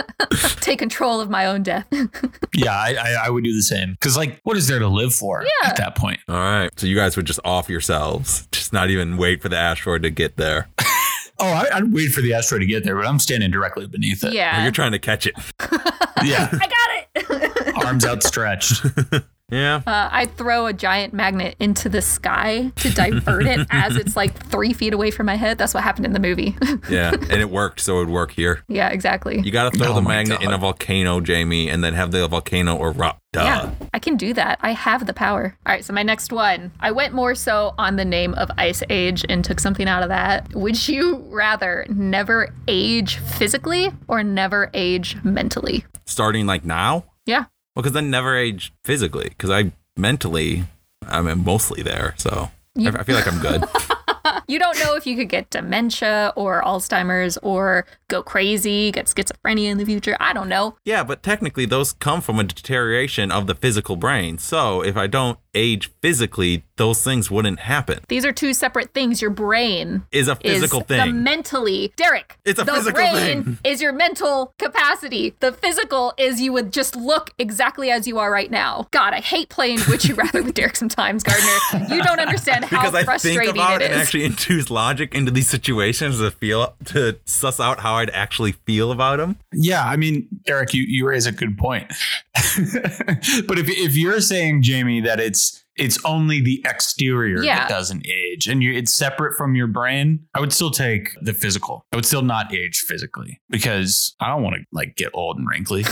[SPEAKER 1] Take control of my own death.
[SPEAKER 3] Yeah, I, I, I would do the same. Because, like, what is there to live for
[SPEAKER 1] Yeah.
[SPEAKER 3] at that point?
[SPEAKER 2] All right, so you guys would just off yourselves, just not even wait for the asteroid to get there.
[SPEAKER 3] Oh, I, I'd wait for the asteroid to get there, but I'm standing directly beneath it.
[SPEAKER 1] yeah,
[SPEAKER 2] You're trying to catch it.
[SPEAKER 3] Yeah.
[SPEAKER 1] I got it.
[SPEAKER 3] Arms outstretched.
[SPEAKER 2] Yeah.
[SPEAKER 1] Uh, I'd throw a giant magnet into the sky to divert it as it's like three feet away from my head. That's what happened in the movie.
[SPEAKER 2] Yeah. And it worked, so it would work here.
[SPEAKER 1] yeah, exactly.
[SPEAKER 2] You got to throw
[SPEAKER 3] Oh
[SPEAKER 2] the
[SPEAKER 3] my
[SPEAKER 2] magnet in
[SPEAKER 3] God.
[SPEAKER 2] a volcano, Jamie, and then have the volcano erupt. uh, Duh.
[SPEAKER 1] Yeah, I can do that. I have the power. All right, so my next one. I went more so on the name of Ice Age and took something out of that. Would you rather never age physically or never age mentally?
[SPEAKER 2] Starting like now?
[SPEAKER 1] Yeah.
[SPEAKER 2] Well, because I never age physically, because I mentally, I'm mostly there. So I,
[SPEAKER 1] You-
[SPEAKER 2] I feel like I'm good.
[SPEAKER 1] You don't know if you could get dementia or Alzheimer's or go crazy, get schizophrenia in the future. I don't know.
[SPEAKER 2] yeah, but technically, those come from a deterioration of the physical brain. So if I don't age physically, those things wouldn't happen.
[SPEAKER 1] These are two separate things. Your brain
[SPEAKER 2] Is a
[SPEAKER 1] is
[SPEAKER 2] physical
[SPEAKER 1] the
[SPEAKER 2] thing.
[SPEAKER 1] mentally Derek.
[SPEAKER 2] It's a
[SPEAKER 1] the
[SPEAKER 2] physical
[SPEAKER 1] brain
[SPEAKER 2] thing.
[SPEAKER 1] is your mental capacity. The physical is you would just look exactly as you are right now. God, I hate playing Would You Rather with Derek sometimes, Gardner. You don't understand how
[SPEAKER 2] because I think
[SPEAKER 1] frustrating
[SPEAKER 2] about
[SPEAKER 1] it
[SPEAKER 2] and
[SPEAKER 1] is.
[SPEAKER 2] actually induce logic into these situations to feel to suss out how I'd actually feel about them.
[SPEAKER 3] Yeah, I mean, Derek, you, you raise a good point. but if if you're saying, Jamie, that it's it's only the exterior
[SPEAKER 1] Yeah.
[SPEAKER 3] that doesn't age and you it's separate from your brain, I would still take the physical. I would still not age physically because I don't want to like get old and wrinkly.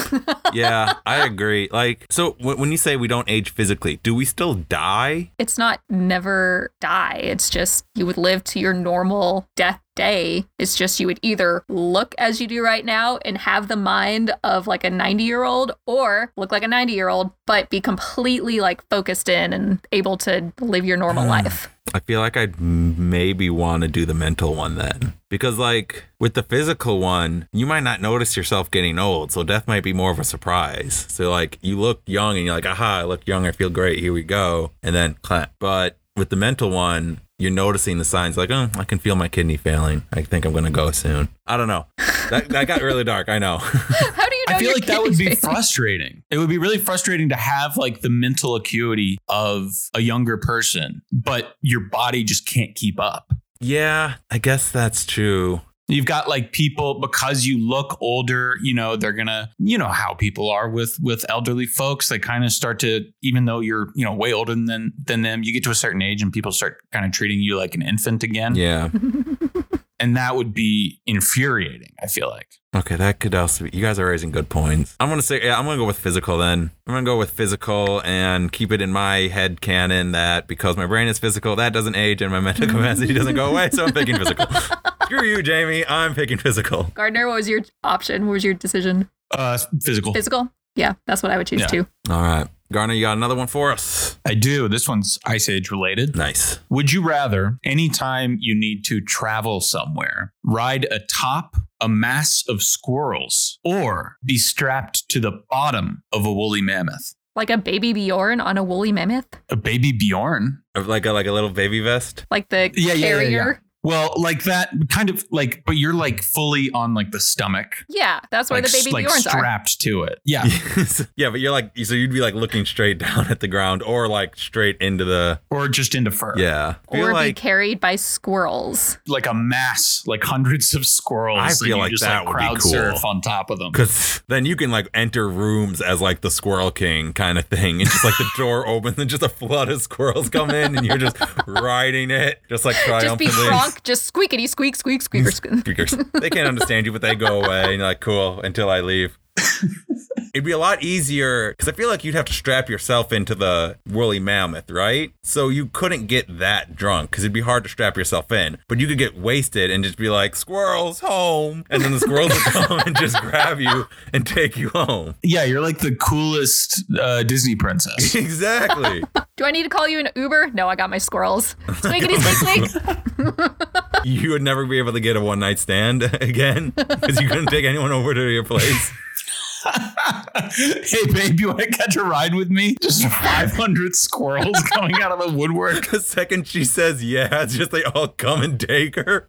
[SPEAKER 2] yeah, I agree. Like, so w- when you say we don't age physically, do we still die?
[SPEAKER 1] it's not never die. It's just you would live to your normal death day. It's just you would either look as you do right now and have the mind of like a 90 year old or look like a 90 year old, but be completely like focused in and able to live your normal
[SPEAKER 3] Ah.
[SPEAKER 1] life.
[SPEAKER 2] I feel like I'd m- maybe want to do the mental one then. Because, like, with the physical one, you might not notice yourself getting old. So, death might be more of a surprise. So, like, you look young and you're like, aha, I look young. I feel great. Here we go. And then clap. But with the mental one, you're noticing the signs like, oh, I can feel my kidney failing. I think I'm going to go soon. I don't know. That, that got really dark. I know.
[SPEAKER 1] How do you know?
[SPEAKER 3] I feel
[SPEAKER 1] your
[SPEAKER 3] like that would be
[SPEAKER 1] kidneys-
[SPEAKER 3] frustrating. It would be really frustrating to have like the mental acuity of a younger person, but your body just can't keep up.
[SPEAKER 2] yeah, I guess that's true.
[SPEAKER 3] You've got like people because you look older, you know, they're going to, you know how people are with with elderly folks, they kind of start to even though you're, you know, way older than than them, you get to a certain age and people start kind of treating you like an infant again.
[SPEAKER 2] Yeah.
[SPEAKER 3] And that would be infuriating, I feel like.
[SPEAKER 2] Okay, that could also be. You guys are raising good points. I'm gonna say, yeah, I'm gonna go with physical then. I'm gonna go with physical and keep it in my head canon that because my brain is physical, that doesn't age and my mental
[SPEAKER 1] Mm-hmm.
[SPEAKER 2] capacity doesn't go away. So I'm picking physical. Screw you, Jamie. I'm picking physical.
[SPEAKER 1] Gardner, what was your option? What was your decision?
[SPEAKER 3] Uh physical.
[SPEAKER 1] Physical? Yeah, that's what I would choose
[SPEAKER 3] Yeah.
[SPEAKER 1] too.
[SPEAKER 2] All right, Garner, you got another one for us.
[SPEAKER 3] I do. This one's ice age related.
[SPEAKER 2] Nice.
[SPEAKER 3] Would you rather, anytime you need to travel somewhere, ride atop a mass of squirrels or be strapped to the bottom of a woolly mammoth?
[SPEAKER 1] Like a baby Bjorn on a woolly mammoth?
[SPEAKER 3] A baby Bjorn?
[SPEAKER 2] Like a like a little baby vest.
[SPEAKER 1] Like the
[SPEAKER 3] Yeah, yeah, yeah,
[SPEAKER 1] carrier?
[SPEAKER 3] yeah. Well, like that kind of like, but you're like fully on like the stomach.
[SPEAKER 1] Yeah, that's where
[SPEAKER 3] like,
[SPEAKER 1] the baby
[SPEAKER 3] s- like
[SPEAKER 1] Bjorns are.
[SPEAKER 3] strapped to it. Yeah.
[SPEAKER 2] yeah, but you're like, so you'd be like looking straight down at the ground or like straight into the.
[SPEAKER 3] Or just into fur.
[SPEAKER 2] Yeah. I feel
[SPEAKER 1] or
[SPEAKER 2] like
[SPEAKER 1] be carried by squirrels.
[SPEAKER 3] Like a mass, like hundreds of squirrels.
[SPEAKER 2] I
[SPEAKER 3] and
[SPEAKER 2] feel
[SPEAKER 3] you
[SPEAKER 2] like
[SPEAKER 3] just,
[SPEAKER 2] that would be
[SPEAKER 3] crowd
[SPEAKER 2] cool.
[SPEAKER 3] surf on top of them.
[SPEAKER 2] Because then you can like enter rooms as like the Squirrel King kind of thing, and just like the door opens and just a flood of squirrels come in, and you're just riding it, just like
[SPEAKER 1] Just be
[SPEAKER 2] triumphantly.
[SPEAKER 1] drunk, just squeakity squeak, squeak, squeaker, squeak.
[SPEAKER 2] Speakers. They can't understand you, but they go away, and you're like, cool, until I leave. It'd be a lot easier because I feel like you'd have to strap yourself into the woolly mammoth, right? So you couldn't get that drunk because it'd be hard to strap yourself in. But you could get wasted and just be like, squirrels home. And then the squirrels would come and just grab you and take you home.
[SPEAKER 3] yeah, you're like the coolest uh, Disney princess.
[SPEAKER 2] Exactly.
[SPEAKER 1] Do I need to call you an Uber? No, I got my squirrels. Squeakity squeak, squeak.
[SPEAKER 2] you would never be able to get a one night stand again because you couldn't take anyone over to your place.
[SPEAKER 3] hey, babe, you want to catch a ride with me? Just 500 squirrels coming out of the woodwork.
[SPEAKER 2] The second she says yeah, it's just they all come and take her.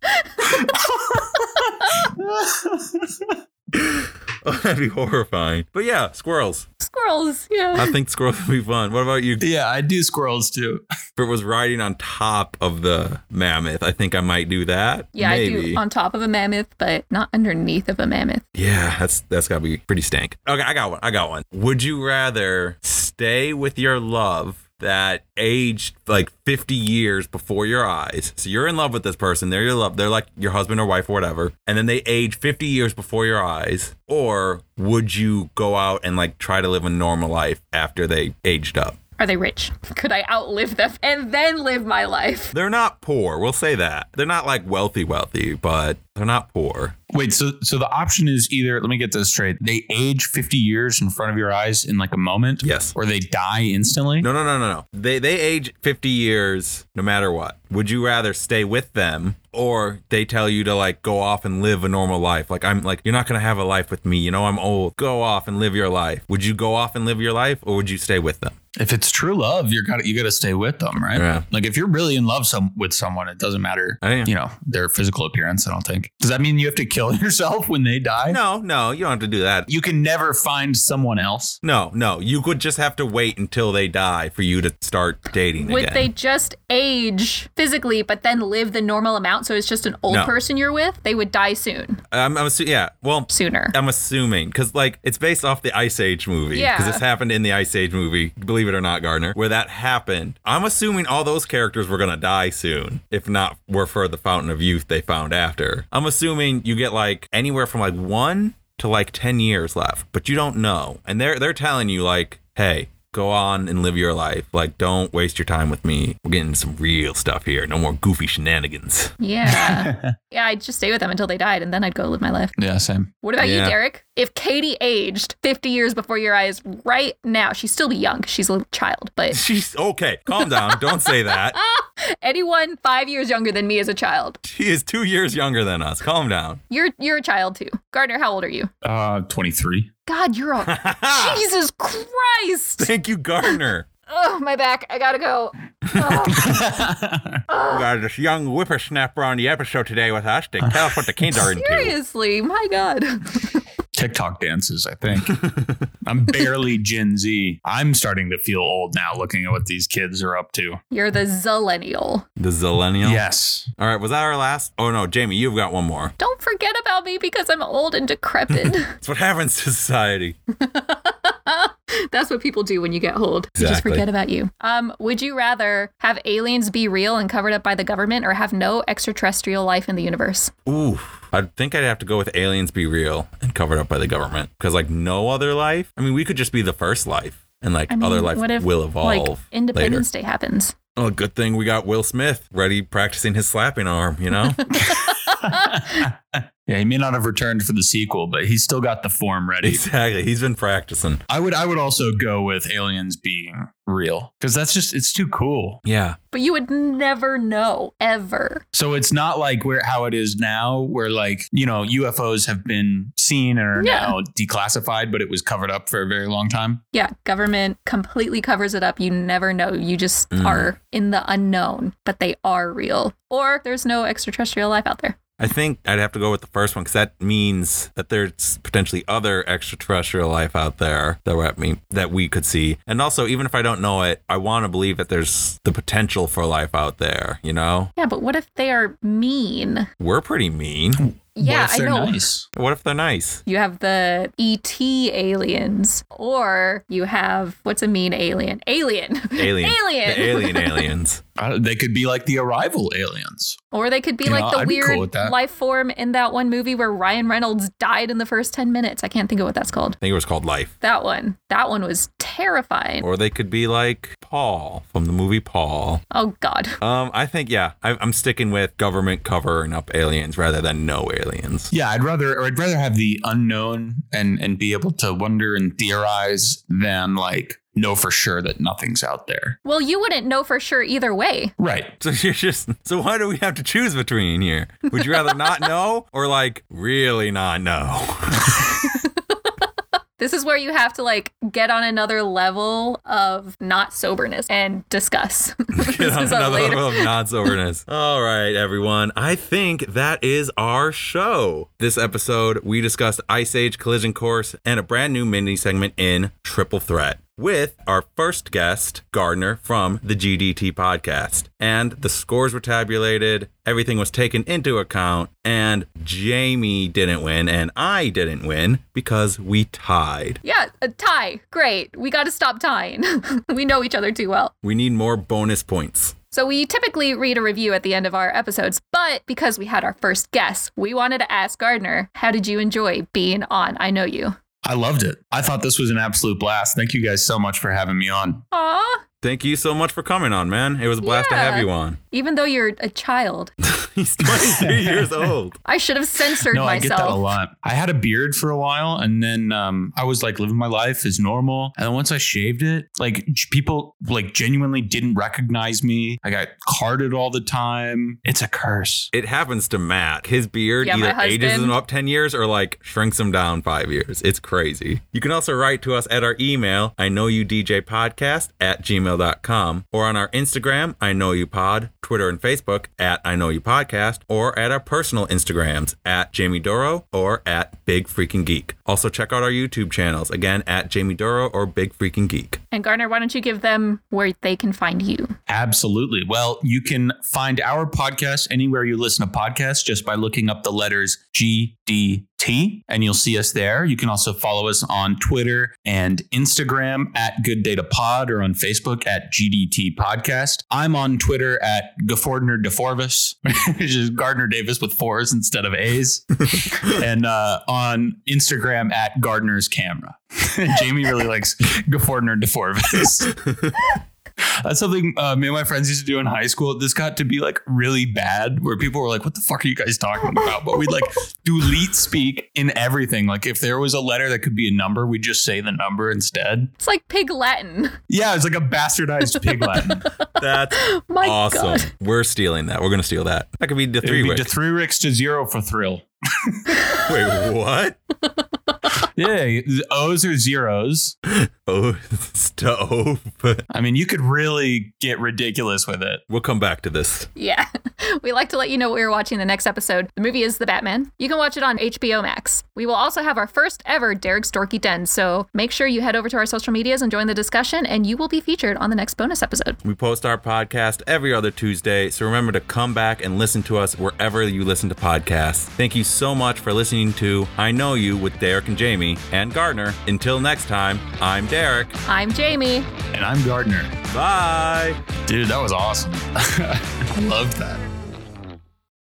[SPEAKER 2] Oh, that'd be horrifying. But yeah, squirrels.
[SPEAKER 1] Squirrels, yeah.
[SPEAKER 2] I think squirrels would be fun. What about you? If
[SPEAKER 3] yeah, I do squirrels too.
[SPEAKER 2] it was riding on top of the mammoth, I think I might do that.
[SPEAKER 1] Yeah, I
[SPEAKER 2] Maybe.
[SPEAKER 1] do on top of a mammoth, but not underneath of a mammoth.
[SPEAKER 2] Yeah, that's that's gotta be pretty stank. Okay, I got one. I got one. Would you rather Stay with your love that aged like 50 years before your eyes. So you're in love with this person. They're your love. They're like your husband or wife or whatever. And then they age 50 years before your eyes. Or would you go out and like try to live a normal life after they aged up?
[SPEAKER 1] Are they rich? Could I outlive them and then live my life?
[SPEAKER 2] They're not poor. We'll say that. They're not like wealthy, wealthy, but they're not poor.
[SPEAKER 3] Wait, so so the option is either let me get this straight. They age 50 years in front of your eyes in like a moment.
[SPEAKER 2] Yes.
[SPEAKER 3] Or they die instantly.
[SPEAKER 2] No, no, no, no, no. They they age 50 years no matter what. Would you rather stay with them or they tell you to like go off and live a normal life? Like I'm like you're not going to have a life with me. You know I'm old. Go off and live your life. Would you go off and live your life or would you stay with them?
[SPEAKER 3] If it's true love, you're gotta you gotta stay with them, right?
[SPEAKER 2] Yeah.
[SPEAKER 3] Like if you're really in love some with someone, it doesn't matter
[SPEAKER 2] Oh, yeah.
[SPEAKER 3] you know, their physical appearance, I don't think. Does that mean you have to kill yourself when they die?
[SPEAKER 2] No, no, you don't have to do that.
[SPEAKER 3] You can never find someone else.
[SPEAKER 2] No, no. You could just have to wait until they die for you to start dating
[SPEAKER 1] Would
[SPEAKER 2] again.
[SPEAKER 1] they just age physically, but then live the normal amount? So it's just an old
[SPEAKER 2] No.
[SPEAKER 1] person you're with. They would die soon,
[SPEAKER 2] I'm, I'm assu- yeah. Well,
[SPEAKER 1] sooner.
[SPEAKER 2] I'm assuming because like it's based off the Ice Age movie.
[SPEAKER 1] Yeah.
[SPEAKER 2] Because this happened in the Ice Age movie, believe it or not, Gardner, where that happened. I'm assuming all those characters were gonna die soon, if not were for the Fountain of Youth they found after. I'm assuming you get like anywhere from like one to like ten years left, but you don't know, and they're they're telling you like, hey. Go on and live your life. Like, don't waste your time with me. We're getting some real stuff here. No more goofy shenanigans.
[SPEAKER 1] Yeah. yeah, I'd just stay with them until they died and then I'd go live my life.
[SPEAKER 3] Yeah, same.
[SPEAKER 1] What about
[SPEAKER 2] Yeah.
[SPEAKER 1] you, Derek? If Katie aged 50 years before your eyes right now, she'd still be young. 'cause She's a little child, but
[SPEAKER 2] She's okay. Calm down. Don't say that.
[SPEAKER 1] anyone five years younger than me is a child.
[SPEAKER 2] She is two years younger than us. Calm down.
[SPEAKER 1] You're you're a child too. Gardner, how old are you?
[SPEAKER 3] Uh twenty three.
[SPEAKER 1] God, you're a Jesus Christ.
[SPEAKER 2] Thank you, Gardner.
[SPEAKER 1] Oh, my back. I gotta go. Oh,
[SPEAKER 2] We got this young whippersnapper on the episode today with us
[SPEAKER 1] Uh,
[SPEAKER 2] to tell us what the kids are
[SPEAKER 1] seriously, my God.
[SPEAKER 3] TikTok dances, I think. I'm barely Gen Z. I'm starting to feel old now looking at what these kids are up to.
[SPEAKER 1] You're the zillennial.
[SPEAKER 2] The Zillennial?
[SPEAKER 3] Yes.
[SPEAKER 2] All right, was that our last? Oh, no, Jamie, you've got one more.
[SPEAKER 1] Don't forget about me because I'm old and decrepit.
[SPEAKER 2] That's what happens to society.
[SPEAKER 1] That's what people do when you get old. They just
[SPEAKER 2] Exactly.
[SPEAKER 1] forget about you. Um, would you rather have aliens be real and covered up by the government or have no extraterrestrial life in the universe?
[SPEAKER 2] Ooh. I think I'd have to go with aliens be real and covered up by the government. Because, like, no other life. I mean, we could just be the first life. And like
[SPEAKER 1] I mean,
[SPEAKER 2] other life
[SPEAKER 1] what if,
[SPEAKER 2] will evolve.
[SPEAKER 1] like
[SPEAKER 2] later.
[SPEAKER 1] Independence Day happens.
[SPEAKER 2] Oh, good thing we got Will Smith ready practicing his slapping arm, you know?
[SPEAKER 3] yeah, he may not have returned for the sequel, but he's still got the form ready.
[SPEAKER 2] exactly. He's been practicing.
[SPEAKER 3] I would I would also go with aliens being real because that's just it's too cool.
[SPEAKER 2] Yeah.
[SPEAKER 1] But you would never know ever.
[SPEAKER 3] So it's not like where how it is now, where like you know UFOs have been seen and are
[SPEAKER 1] Yeah.
[SPEAKER 3] now declassified, but it was covered up for a very long time.
[SPEAKER 1] Yeah, government completely covers it up. You never know. You just
[SPEAKER 2] Mm.
[SPEAKER 1] are in the unknown, but they are real. Or there's no extraterrestrial life out there.
[SPEAKER 2] I think I'd have to go with the first one because that means that there's potentially other extraterrestrial life out there that we're at me that we could see, and also even if I don't know it, I want to believe that there's the potential for life out there. You know,
[SPEAKER 1] Yeah, but what if they are mean?
[SPEAKER 2] we're pretty mean.
[SPEAKER 1] Yeah,
[SPEAKER 3] what if they're
[SPEAKER 1] I know.
[SPEAKER 3] nice?
[SPEAKER 2] What if they're nice?
[SPEAKER 1] You have the ET aliens, or you have what's a mean alien? Alien.
[SPEAKER 2] Alien,
[SPEAKER 1] alien.
[SPEAKER 2] the alien aliens.
[SPEAKER 3] I don't- they could be like the arrival aliens.
[SPEAKER 1] or they could be
[SPEAKER 3] You
[SPEAKER 1] like
[SPEAKER 3] know,
[SPEAKER 1] the
[SPEAKER 3] I'd be
[SPEAKER 1] weird
[SPEAKER 3] cool with that.
[SPEAKER 1] life form in that one movie where Ryan Reynolds died in the first 10 minutes. I can't think of what that's called.
[SPEAKER 2] I think it was called Life.
[SPEAKER 1] That one. That one was terrifying.
[SPEAKER 2] Or they could be like Paul from the movie Paul.
[SPEAKER 1] Oh, God.
[SPEAKER 2] Um, I think yeah, I, I'm sticking with government covering up aliens rather than no aliens.
[SPEAKER 3] Yeah, I'd rather or I'd rather have the unknown and and be able to wonder and theorize than like know for sure that nothing's out there.
[SPEAKER 1] Well, you wouldn't know for sure either way.
[SPEAKER 3] Right.
[SPEAKER 2] So you're just so why do we have to choose between here? Would you rather not know or like really not know?
[SPEAKER 1] This is where you have to like get on another level of not soberness and discuss.
[SPEAKER 2] Get
[SPEAKER 1] This
[SPEAKER 2] on
[SPEAKER 1] is a
[SPEAKER 2] another
[SPEAKER 1] later-
[SPEAKER 2] level of non soberness. All right, everyone. I think that is our show. This episode, we discussed Ice Age Collision Course and a brand new mini segment in Triple Threat. with our first guest, Gardner, from the GDT podcast. And the scores were tabulated, everything was taken into account, and Jamie didn't win, and I didn't win because we tied.
[SPEAKER 1] Yeah, a tie. Great. We got to stop tying. we know each other too well.
[SPEAKER 2] We need more bonus points.
[SPEAKER 1] So we typically read a review at the end of our episodes, but because we had our first guest, we wanted to ask Gardner, how did you enjoy being on I Know You?
[SPEAKER 3] I loved it. I thought this was an absolute blast. Thank you guys so much for having me on.
[SPEAKER 1] Aw,
[SPEAKER 2] Thank you so much for coming on, man. It was a blast to have
[SPEAKER 1] Yeah.
[SPEAKER 2] you on.
[SPEAKER 1] even though you're a child,
[SPEAKER 2] He's 22 years old.
[SPEAKER 1] I should have censored
[SPEAKER 3] No, I get that a
[SPEAKER 1] myself.
[SPEAKER 3] lot. I had a beard for a while, and then um, I was like living my life as normal. And then once I shaved it, like j- people like genuinely didn't recognize me. I got carded all the time. It's a curse.
[SPEAKER 2] It happens to Matt. His beard
[SPEAKER 1] Yeah, my
[SPEAKER 2] either ages
[SPEAKER 1] husband.
[SPEAKER 2] him up 10 years or like shrinks him down five years. It's crazy. You can also write to us at our email, I know you DJ podcast at gmail.com, or on our Instagram, I know you pod, Twitter and Facebook at I know you podcast, or at our personal Instagrams at Jamie Doro or at Big Freaking Geek. Also, check out our YouTube channels again at Jamie Doro or Big Freaking Geek.
[SPEAKER 1] And Gardner, why don't you give them where they can find you?
[SPEAKER 3] Absolutely. Well, you can find our podcast anywhere you listen to podcasts just by looking up the letters GDT, and you'll see us there. You can also follow us on Twitter and Instagram at Good Data Pod or on Facebook at GDT Podcast. I'm on Twitter at Gafordner DeForvis, which is Gardner Davis with fours instead of A's, and uh, on Instagram at Gardner's Camera. Jamie really likes Gafordner DeForvis. That's something uh, me and my friends used to do in high school. This got to be like really bad, where people were like, "What the fuck are you guys talking about?" But we'd like do leet speak in everything. Like if there was a letter that could be a number, we'd just say the number instead.
[SPEAKER 1] It's like pig Latin.
[SPEAKER 3] Yeah, it's like a bastardized pig Latin.
[SPEAKER 2] That's
[SPEAKER 1] Oh My
[SPEAKER 2] awesome.
[SPEAKER 1] God.
[SPEAKER 2] We're stealing that. We're going to steal that. That could be the
[SPEAKER 3] It would
[SPEAKER 2] three
[SPEAKER 3] be
[SPEAKER 2] wick.
[SPEAKER 3] to three ricks to zero for thrill.
[SPEAKER 2] Wait, what?
[SPEAKER 3] Yeah, O's or zeros.
[SPEAKER 2] Oh, stove.
[SPEAKER 3] I mean, you could really get ridiculous with it.
[SPEAKER 2] We'll come back to this.
[SPEAKER 1] Yeah. We like to let you know what we're watching the next episode. The movie is The Batman. You can watch it on HBO Max. We will also have our first ever Derek Storky Den, so make sure you head over to our social medias and join the discussion, and you will be featured on the next bonus episode.
[SPEAKER 2] We post our podcast every other Tuesday, so remember to come back and listen to us wherever you listen to podcasts. Thank you so much for listening to I Know You with Derek and Jamie and Gardner. Until next time, I'm Derek.
[SPEAKER 1] I'm Jamie.
[SPEAKER 3] And I'm Gardner.
[SPEAKER 2] Bye.
[SPEAKER 3] Dude, that was awesome. I loved that.